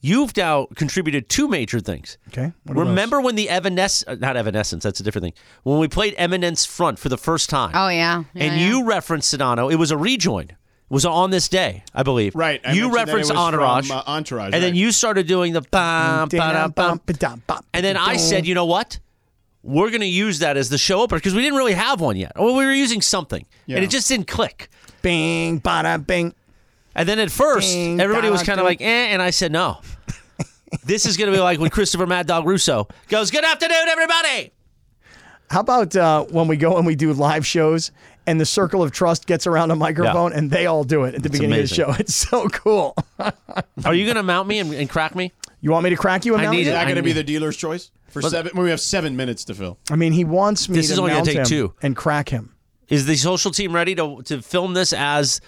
[SPEAKER 1] you've now contributed two major things.
[SPEAKER 3] Okay. what are those?
[SPEAKER 1] Remember when the Evanescence, not Evanescence, that's a different thing, when we played Eminence Front for the first time.
[SPEAKER 8] Oh yeah. Yeah,
[SPEAKER 1] and
[SPEAKER 8] yeah.
[SPEAKER 1] you referenced Sedano. It was a rejoin. It was on this day, I believe.
[SPEAKER 4] Right, I
[SPEAKER 1] you
[SPEAKER 4] mentioned that it
[SPEAKER 1] referenced
[SPEAKER 4] was from,
[SPEAKER 1] Entourage.
[SPEAKER 4] uh, Entourage,
[SPEAKER 1] And then
[SPEAKER 4] right.
[SPEAKER 1] you started doing the bum, ba-dum, bum. And then I said, you know what? We're going to use that as the show opener because we didn't really have one yet. Well, we were using something, and
[SPEAKER 4] Yeah.
[SPEAKER 1] it just didn't click.
[SPEAKER 3] bing, bada, bing.
[SPEAKER 1] And then at first,
[SPEAKER 3] Ding,
[SPEAKER 1] everybody was
[SPEAKER 3] dong,
[SPEAKER 1] kind of
[SPEAKER 3] dong.
[SPEAKER 1] like, eh, and I said, no. this is going to be like when Christopher Mad Dog Russo goes, good afternoon, everybody.
[SPEAKER 3] How about uh, when we go and we do live shows and the circle of trust gets around a microphone and they all do it at the beginning
[SPEAKER 1] amazing.
[SPEAKER 3] of the show? It's so cool.
[SPEAKER 1] Are you going to mount me and, and crack me?
[SPEAKER 3] You want me to crack you? and
[SPEAKER 1] I
[SPEAKER 3] mount
[SPEAKER 1] need
[SPEAKER 3] you?
[SPEAKER 1] it.
[SPEAKER 4] Is that going
[SPEAKER 1] I
[SPEAKER 4] to be
[SPEAKER 1] mean-
[SPEAKER 4] the dealer's choice for seven? Well, we have seven minutes to fill.
[SPEAKER 3] I mean, he wants me
[SPEAKER 1] This
[SPEAKER 3] to
[SPEAKER 1] is only gonna
[SPEAKER 3] mount
[SPEAKER 1] take
[SPEAKER 3] him
[SPEAKER 1] two.
[SPEAKER 3] and crack him.
[SPEAKER 1] Is the social team ready to, to film this as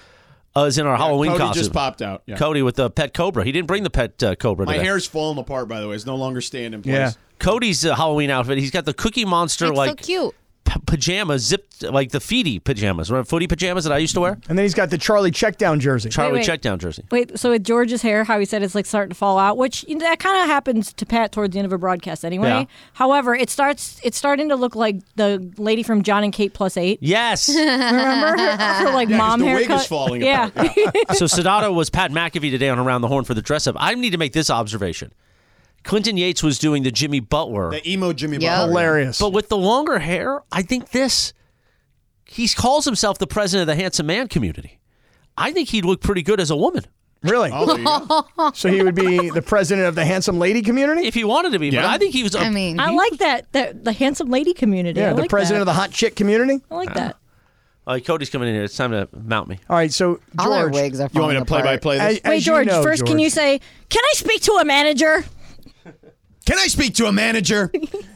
[SPEAKER 1] as in our Halloween
[SPEAKER 4] Cody
[SPEAKER 1] costume?
[SPEAKER 4] just popped out. Yeah.
[SPEAKER 1] Cody with the pet cobra. He didn't bring the pet uh, cobra.
[SPEAKER 4] My
[SPEAKER 1] today.
[SPEAKER 4] hair's falling apart, by the way. It's no longer staying in place.
[SPEAKER 3] Yeah.
[SPEAKER 1] Cody's uh, Halloween outfit. He's got the Cookie Monster
[SPEAKER 8] It's so
[SPEAKER 1] like
[SPEAKER 8] cute.
[SPEAKER 1] p- pajamas, zipped like the feety pajamas, remember footy pajamas that I used to wear.
[SPEAKER 3] And then he's got the Charlie Checkdown jersey.
[SPEAKER 1] Charlie
[SPEAKER 5] wait.
[SPEAKER 1] checkdown jersey.
[SPEAKER 5] Wait, so with George's hair, how he said it's like starting to fall out, which you know, that kind of happens to Pat towards the end of a broadcast anyway.
[SPEAKER 1] Yeah.
[SPEAKER 5] However, it starts it's starting to look like the lady from John and Kate plus eight.
[SPEAKER 1] Yes. so
[SPEAKER 5] Remember her, her, like
[SPEAKER 4] 'cause
[SPEAKER 5] mom
[SPEAKER 4] the wig
[SPEAKER 5] haircut?
[SPEAKER 4] is falling
[SPEAKER 5] yeah.
[SPEAKER 4] apart.
[SPEAKER 1] Sedano was Pat McAfee today on Around the Horn for the dress up. I need to make this observation. Clinton Yates was doing the Jimmy Butler,
[SPEAKER 4] The emo Jimmy
[SPEAKER 8] Yeah.
[SPEAKER 4] Butler.
[SPEAKER 3] Hilarious.
[SPEAKER 1] but with the longer hair. I think this. He calls himself the president of the handsome man community. I think he'd look pretty good as a woman.
[SPEAKER 3] really?
[SPEAKER 4] Oh, there you go.
[SPEAKER 3] So he would be the president of the handsome lady community?
[SPEAKER 1] if he wanted to be. But
[SPEAKER 4] Yeah.
[SPEAKER 1] I think he was.
[SPEAKER 8] I mean,
[SPEAKER 5] I like that, that the handsome lady community.
[SPEAKER 3] yeah,
[SPEAKER 5] I
[SPEAKER 3] the
[SPEAKER 5] like
[SPEAKER 3] president
[SPEAKER 5] that.
[SPEAKER 3] of the hot chick community.
[SPEAKER 5] I like that.
[SPEAKER 1] All right, Cody's coming in here. It's time to mount me.
[SPEAKER 3] All right, so George,
[SPEAKER 8] all our wigs are.
[SPEAKER 4] You want me to play by play this?
[SPEAKER 3] as- as
[SPEAKER 5] Wait,
[SPEAKER 3] you
[SPEAKER 5] George,
[SPEAKER 3] know,
[SPEAKER 5] first can you say, Can I speak to a manager?
[SPEAKER 4] Can I speak to a manager?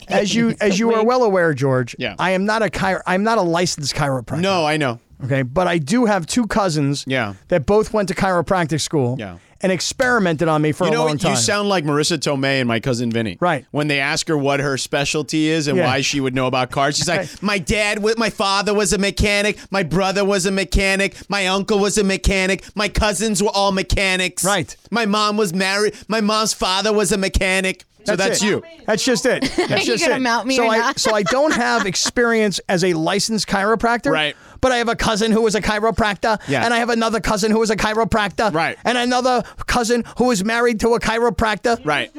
[SPEAKER 3] as you as you are well aware, George,
[SPEAKER 4] Yeah.
[SPEAKER 3] I am not a chiro- I'm not a licensed chiropractor.
[SPEAKER 4] no, I know.
[SPEAKER 3] Okay, but I do have two cousins
[SPEAKER 4] Yeah.
[SPEAKER 3] that both went to chiropractic school
[SPEAKER 4] Yeah.
[SPEAKER 3] and experimented on me for
[SPEAKER 4] You
[SPEAKER 3] a
[SPEAKER 4] know,
[SPEAKER 3] long time.
[SPEAKER 4] you sound like Marissa Tomei and my cousin Vinny.
[SPEAKER 3] Right.
[SPEAKER 4] When they ask her what her specialty is and
[SPEAKER 3] Yeah.
[SPEAKER 4] why she would know about cars, she's like, "My dad, wa- my father was a mechanic. My brother was a mechanic. My uncle was a mechanic. My cousins were all mechanics.
[SPEAKER 3] Right.
[SPEAKER 4] My mom was married. My mom's father was a mechanic. so that's
[SPEAKER 3] it.
[SPEAKER 4] you.
[SPEAKER 3] That's just it. That's
[SPEAKER 8] You
[SPEAKER 3] just
[SPEAKER 8] gonna
[SPEAKER 3] it.
[SPEAKER 8] mount me
[SPEAKER 3] so
[SPEAKER 8] or
[SPEAKER 3] I
[SPEAKER 8] not?
[SPEAKER 3] so I don't have experience as a licensed chiropractor.
[SPEAKER 4] Right.
[SPEAKER 3] But I have a cousin who is a chiropractor,
[SPEAKER 4] Yeah.
[SPEAKER 3] and I have another cousin who is a chiropractor,
[SPEAKER 4] Right.
[SPEAKER 3] and another cousin who is married to a chiropractor.
[SPEAKER 4] Right.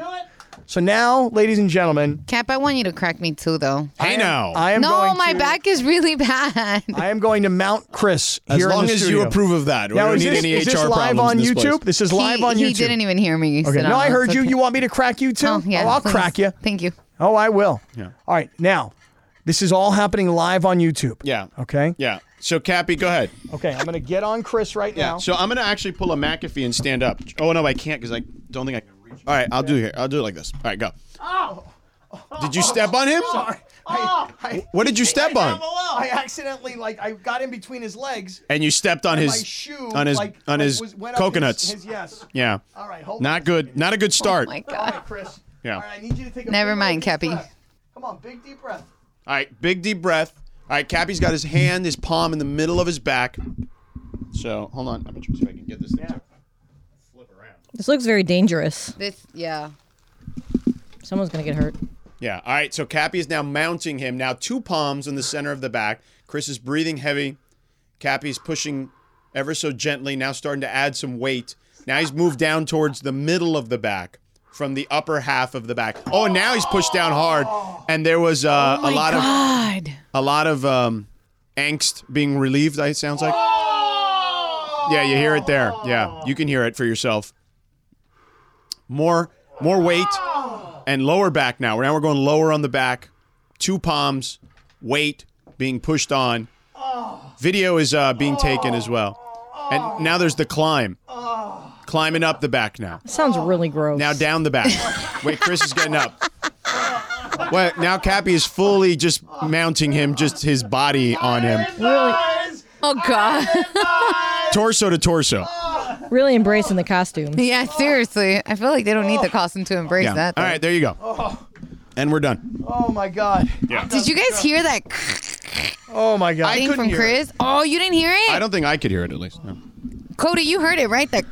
[SPEAKER 3] So now, ladies and gentlemen,
[SPEAKER 8] Cap, I want you to crack me too, though.
[SPEAKER 4] Hey now.
[SPEAKER 3] I am
[SPEAKER 8] no,
[SPEAKER 3] going
[SPEAKER 8] my
[SPEAKER 3] to,
[SPEAKER 8] back is really bad.
[SPEAKER 3] I am going to mount Chris
[SPEAKER 4] as
[SPEAKER 3] here in
[SPEAKER 4] long
[SPEAKER 3] the
[SPEAKER 4] as
[SPEAKER 3] studio.
[SPEAKER 4] you approve of that, we
[SPEAKER 3] Now,
[SPEAKER 4] don't
[SPEAKER 3] is
[SPEAKER 4] need
[SPEAKER 3] this,
[SPEAKER 4] any
[SPEAKER 3] is
[SPEAKER 4] HR
[SPEAKER 3] this live
[SPEAKER 4] problems
[SPEAKER 3] on
[SPEAKER 4] in this
[SPEAKER 3] YouTube?
[SPEAKER 4] place.
[SPEAKER 3] This is live
[SPEAKER 8] he,
[SPEAKER 3] on YouTube.
[SPEAKER 8] He didn't even hear me.
[SPEAKER 3] Okay. No, I heard you. You want me to crack you too?
[SPEAKER 8] Oh, yeah,
[SPEAKER 3] I'll
[SPEAKER 8] please.
[SPEAKER 3] crack you.
[SPEAKER 8] Thank you.
[SPEAKER 3] Oh, I will. All right. Now, this is all happening live on YouTube.
[SPEAKER 4] Yeah.
[SPEAKER 3] Okay.
[SPEAKER 4] Yeah. So Cappy, go ahead.
[SPEAKER 3] Okay. I'm gonna get on Chris right
[SPEAKER 4] Yeah.
[SPEAKER 3] now.
[SPEAKER 4] So I'm gonna actually pull a McAfee and stand up. Oh no, I can't because I don't think I can reach. All right, I'll do it here. I'll do it like this. All right, go. Did you step on him? Sorry.
[SPEAKER 3] Oh, I, I-
[SPEAKER 4] What did you step on?
[SPEAKER 3] I accidentally like I got in between his legs.
[SPEAKER 4] And you stepped on
[SPEAKER 3] my
[SPEAKER 4] his
[SPEAKER 3] shoe
[SPEAKER 4] on his
[SPEAKER 3] like,
[SPEAKER 4] on
[SPEAKER 3] like,
[SPEAKER 4] his
[SPEAKER 3] was- went up
[SPEAKER 4] coconuts.
[SPEAKER 3] His, his, yes.
[SPEAKER 4] yeah.
[SPEAKER 3] All right, hold on
[SPEAKER 4] Not
[SPEAKER 3] a
[SPEAKER 4] good. Not a good start.
[SPEAKER 8] My
[SPEAKER 3] All
[SPEAKER 8] God.
[SPEAKER 3] right, Chris.
[SPEAKER 4] Yeah.
[SPEAKER 3] All right, I need you to take a
[SPEAKER 8] Never
[SPEAKER 3] big,
[SPEAKER 8] mind,
[SPEAKER 3] deep
[SPEAKER 8] Cappy.
[SPEAKER 3] breath. Come on, big deep breath.
[SPEAKER 4] All right, big deep breath. All right, Cappy's got his hand, his palm in the middle of his back. So hold on. I'm gonna see if I can get this thing. to-
[SPEAKER 5] This looks very dangerous.
[SPEAKER 8] This, yeah.
[SPEAKER 5] Someone's gonna get hurt.
[SPEAKER 4] Yeah. All right. So Cappy is now mounting him. Now two palms in the center of the back. Chris is breathing heavy. Cappy's pushing ever so gently. Now starting to add some weight. Now he's moved down towards the middle of the back from the upper half of the back. Oh, now he's pushed down hard. And there was uh, a lot of
[SPEAKER 8] God.
[SPEAKER 4] a lot of um, angst being relieved. It sounds like. Yeah, you hear it there. Yeah, you can hear it for yourself. More, more weight, and lower back now. Now we're going lower on the back. Two palms, weight being pushed on. Video is uh, being taken as well, and now there's the climb, climbing up the back now.
[SPEAKER 5] That sounds
[SPEAKER 8] Oh.
[SPEAKER 5] really gross.
[SPEAKER 4] Now down the back. Wait, Chris is getting up. Well, now Cappy is fully just mounting him, just his body on him,
[SPEAKER 8] Oh, God.
[SPEAKER 4] torso to torso.
[SPEAKER 5] really embracing the costume.
[SPEAKER 8] yeah, seriously. I feel like they don't need the costume to embrace
[SPEAKER 4] Oh. Yeah.
[SPEAKER 8] that.
[SPEAKER 4] All
[SPEAKER 8] though.
[SPEAKER 4] right, there you go. And we're done.
[SPEAKER 3] Oh my god.
[SPEAKER 8] Did you guys hear that
[SPEAKER 3] Oh my god.
[SPEAKER 8] thing
[SPEAKER 4] couldn't
[SPEAKER 8] from
[SPEAKER 4] hear it.
[SPEAKER 8] Chris? Oh, you didn't hear it?
[SPEAKER 4] I don't think I could hear it at least. No.
[SPEAKER 8] Cody, you heard it, right? That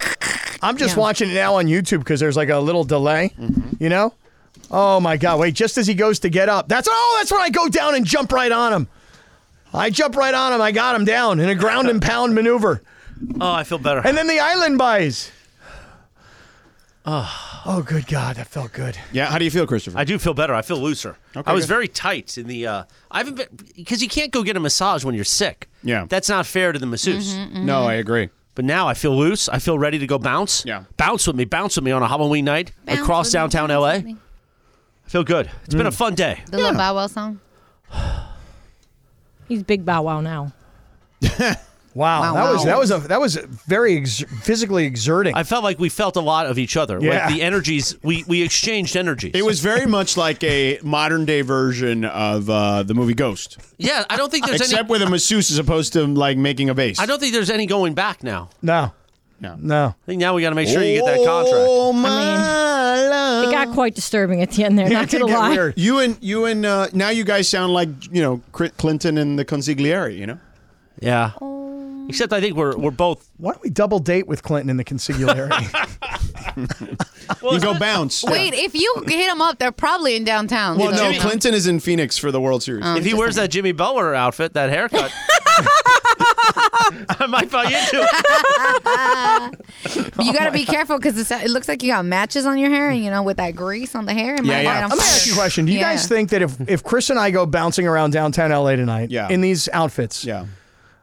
[SPEAKER 3] I'm just
[SPEAKER 8] Yeah. Mm-hmm.
[SPEAKER 3] watching it now on YouTube because there's like a little delay, you know? Oh my God. Wait, just as he goes to get up, that's, oh, that's when I go down and jump right on him. I jump right on him. I got him down in a ground and pound maneuver.
[SPEAKER 1] Oh, I feel better.
[SPEAKER 3] And then the island buys.
[SPEAKER 8] Ah.
[SPEAKER 3] Oh, good God. That felt good.
[SPEAKER 4] Yeah, how do you feel, Christopher?
[SPEAKER 1] I do feel better. I feel looser.
[SPEAKER 4] Okay,
[SPEAKER 1] I was
[SPEAKER 4] good.
[SPEAKER 1] very tight in the. Uh, I haven't been because you can't go get a massage when you're sick.
[SPEAKER 4] Yeah.
[SPEAKER 1] that's not fair to the
[SPEAKER 8] Mm-hmm.
[SPEAKER 1] masseuse.
[SPEAKER 4] no, I agree.
[SPEAKER 1] But now I feel loose. I feel ready to go bounce.
[SPEAKER 4] Yeah.
[SPEAKER 1] bounce with me, bounce with me on a Halloween night
[SPEAKER 8] Bounce
[SPEAKER 1] across
[SPEAKER 8] with me,
[SPEAKER 1] downtown
[SPEAKER 8] bounce
[SPEAKER 1] LA.
[SPEAKER 8] with me.
[SPEAKER 1] I feel good. It's
[SPEAKER 4] Mm.
[SPEAKER 1] been a fun day.
[SPEAKER 8] the Lil Bow Wow song?
[SPEAKER 5] He's big bow wow now.
[SPEAKER 3] Wow.
[SPEAKER 8] Wow,
[SPEAKER 3] that was,
[SPEAKER 8] wow.
[SPEAKER 3] that was a, that was very ex- physically exerting.
[SPEAKER 1] I felt like we felt a lot of each other.
[SPEAKER 3] Yeah.
[SPEAKER 1] Like the energies, we we exchanged energies.
[SPEAKER 4] It was very much like a modern day version of uh, the movie Ghost,
[SPEAKER 1] yeah, I don't think there's
[SPEAKER 4] except
[SPEAKER 1] any.
[SPEAKER 4] with a masseuse as opposed to like making a vase.
[SPEAKER 1] I don't think there's any going back now.
[SPEAKER 3] no.
[SPEAKER 4] Yeah.
[SPEAKER 3] No.
[SPEAKER 1] I think now we got to make sure you get that contract.
[SPEAKER 4] Oh my love.
[SPEAKER 5] It got quite disturbing at the end there. not
[SPEAKER 3] it did
[SPEAKER 5] gonna
[SPEAKER 3] get
[SPEAKER 5] lie.
[SPEAKER 3] weird.
[SPEAKER 4] You and you and uh, now you guys sound like you know Cri- Clinton and the Consigliere. You know,
[SPEAKER 1] Yeah.
[SPEAKER 8] Oh.
[SPEAKER 1] Except I think we're we're both.
[SPEAKER 3] Why don't we double date with Clinton in the consigliere?
[SPEAKER 4] you go bounce.
[SPEAKER 8] Wait, if you hit them up, they're probably in downtown.
[SPEAKER 4] Well,
[SPEAKER 8] so-
[SPEAKER 4] no, Clinton is in Phoenix for the World Series.
[SPEAKER 1] If he wears that Jimmy Butler outfit, that haircut, I might buy into it.
[SPEAKER 8] You got to be careful because it looks like you got matches on your hair, and you know, with that grease on the hair, it
[SPEAKER 4] Yeah,
[SPEAKER 8] might
[SPEAKER 4] yeah.
[SPEAKER 8] light on
[SPEAKER 3] Let
[SPEAKER 8] fire.
[SPEAKER 3] me ask you a question. Do you guys think that if, if Chris and I go bouncing around downtown LA tonight
[SPEAKER 4] Yeah.
[SPEAKER 3] in these outfits,
[SPEAKER 4] yeah.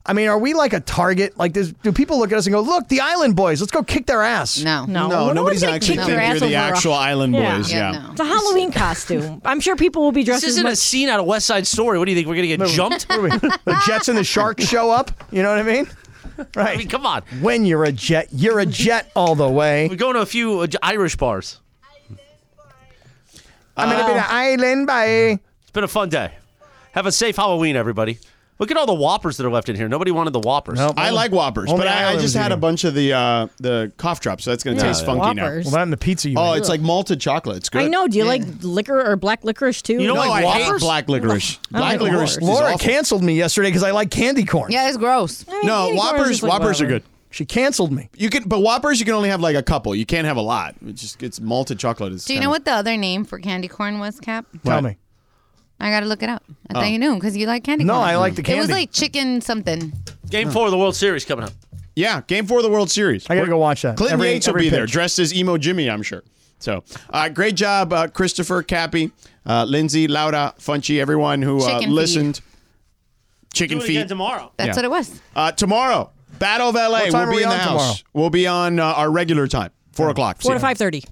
[SPEAKER 3] I mean, are we like a target? Like, does, do people look at us and go, look, the Island Boys, let's go kick their ass?
[SPEAKER 8] No.
[SPEAKER 5] No,
[SPEAKER 4] No,
[SPEAKER 5] one's
[SPEAKER 4] nobody's
[SPEAKER 5] gonna
[SPEAKER 4] actually
[SPEAKER 5] kick
[SPEAKER 4] think
[SPEAKER 5] your
[SPEAKER 4] you're
[SPEAKER 5] ass
[SPEAKER 4] the
[SPEAKER 5] over a-
[SPEAKER 4] actual Island
[SPEAKER 5] Yeah.
[SPEAKER 4] boys.
[SPEAKER 8] Yeah,
[SPEAKER 4] Yeah.
[SPEAKER 8] no.
[SPEAKER 5] It's a Halloween costume. I'm sure people will be dressed
[SPEAKER 1] This
[SPEAKER 5] as
[SPEAKER 1] isn't a
[SPEAKER 5] much.
[SPEAKER 1] scene out of West Side Story. What do you think? We're gonna get jumped?
[SPEAKER 3] What do we- the Jets and the Sharks show up. You know what I mean?
[SPEAKER 1] I mean,
[SPEAKER 3] Right.
[SPEAKER 1] come on.
[SPEAKER 3] When you're a Jet, you're a Jet all the way.
[SPEAKER 1] We're going to a few uh, J- Irish bars.
[SPEAKER 3] I'm going to be the Island
[SPEAKER 4] Mm.
[SPEAKER 3] Boy.
[SPEAKER 1] It's been a fun day. Have a safe Halloween, everybody. Look at all the Whoppers that are left in here. Nobody wanted the Whoppers.
[SPEAKER 3] Nope.
[SPEAKER 4] I like Whoppers,
[SPEAKER 3] Only
[SPEAKER 4] but I, I
[SPEAKER 3] Islanders
[SPEAKER 4] just had a
[SPEAKER 3] eating.
[SPEAKER 4] bunch of the uh, the cough drops, so that's gonna taste funky
[SPEAKER 5] Whoppers.
[SPEAKER 3] Well, that and the pizza you
[SPEAKER 4] now. Oh,
[SPEAKER 3] ate.
[SPEAKER 4] it's like malted chocolate. It's good.
[SPEAKER 5] I know. Do you like liquor or black licorice too?
[SPEAKER 1] You know
[SPEAKER 4] No,
[SPEAKER 1] Like
[SPEAKER 4] I hate
[SPEAKER 1] Whoppers?
[SPEAKER 4] black licorice. Black
[SPEAKER 5] like Whoppers.
[SPEAKER 4] licorice. is
[SPEAKER 3] Laura
[SPEAKER 4] awful.
[SPEAKER 3] canceled me yesterday because I like candy corn.
[SPEAKER 8] Yeah, it's gross.
[SPEAKER 5] I mean,
[SPEAKER 4] No,
[SPEAKER 5] candy corn is
[SPEAKER 4] Whoppers.
[SPEAKER 5] just like
[SPEAKER 4] Whoppers are
[SPEAKER 5] whatever.
[SPEAKER 4] good.
[SPEAKER 3] She canceled me.
[SPEAKER 4] You can, but Whoppers you can only have like a couple. You can't have a lot. It just it's malted chocolate. Is
[SPEAKER 8] Do you
[SPEAKER 4] kinda-
[SPEAKER 8] know what the other name for candy corn was, Cap?
[SPEAKER 3] Tell me.
[SPEAKER 8] I got to look it up. I thought you knew because you like candy
[SPEAKER 3] No,
[SPEAKER 8] corn.
[SPEAKER 3] I like the
[SPEAKER 8] It was
[SPEAKER 3] candy.
[SPEAKER 8] like chicken something.
[SPEAKER 1] Game four of the World Series coming up.
[SPEAKER 4] Yeah, Game Four of the World Series.
[SPEAKER 3] I got to go watch that.
[SPEAKER 4] Clinton
[SPEAKER 3] Every-
[SPEAKER 4] Yates will
[SPEAKER 3] every
[SPEAKER 4] be there,
[SPEAKER 3] pitch.
[SPEAKER 4] dressed as emo Jimmy. I'm sure. So, uh, great job, uh, Christopher, Cappy, uh, Lindsay, Laura, Funchy, everyone who uh,
[SPEAKER 8] Chicken feet.
[SPEAKER 4] listened. Chicken
[SPEAKER 1] Do it
[SPEAKER 4] feet.
[SPEAKER 1] again tomorrow.
[SPEAKER 8] That's
[SPEAKER 4] Yeah.
[SPEAKER 8] what it was.
[SPEAKER 4] Uh, tomorrow, Battle of LA.
[SPEAKER 3] What time
[SPEAKER 4] we'll
[SPEAKER 3] are
[SPEAKER 4] be
[SPEAKER 3] we
[SPEAKER 4] in the
[SPEAKER 3] on
[SPEAKER 4] house.
[SPEAKER 3] tomorrow?
[SPEAKER 4] We'll be on uh, our regular time, four o'clock.
[SPEAKER 5] Four
[SPEAKER 4] See
[SPEAKER 5] to
[SPEAKER 4] ya.
[SPEAKER 5] five thirty.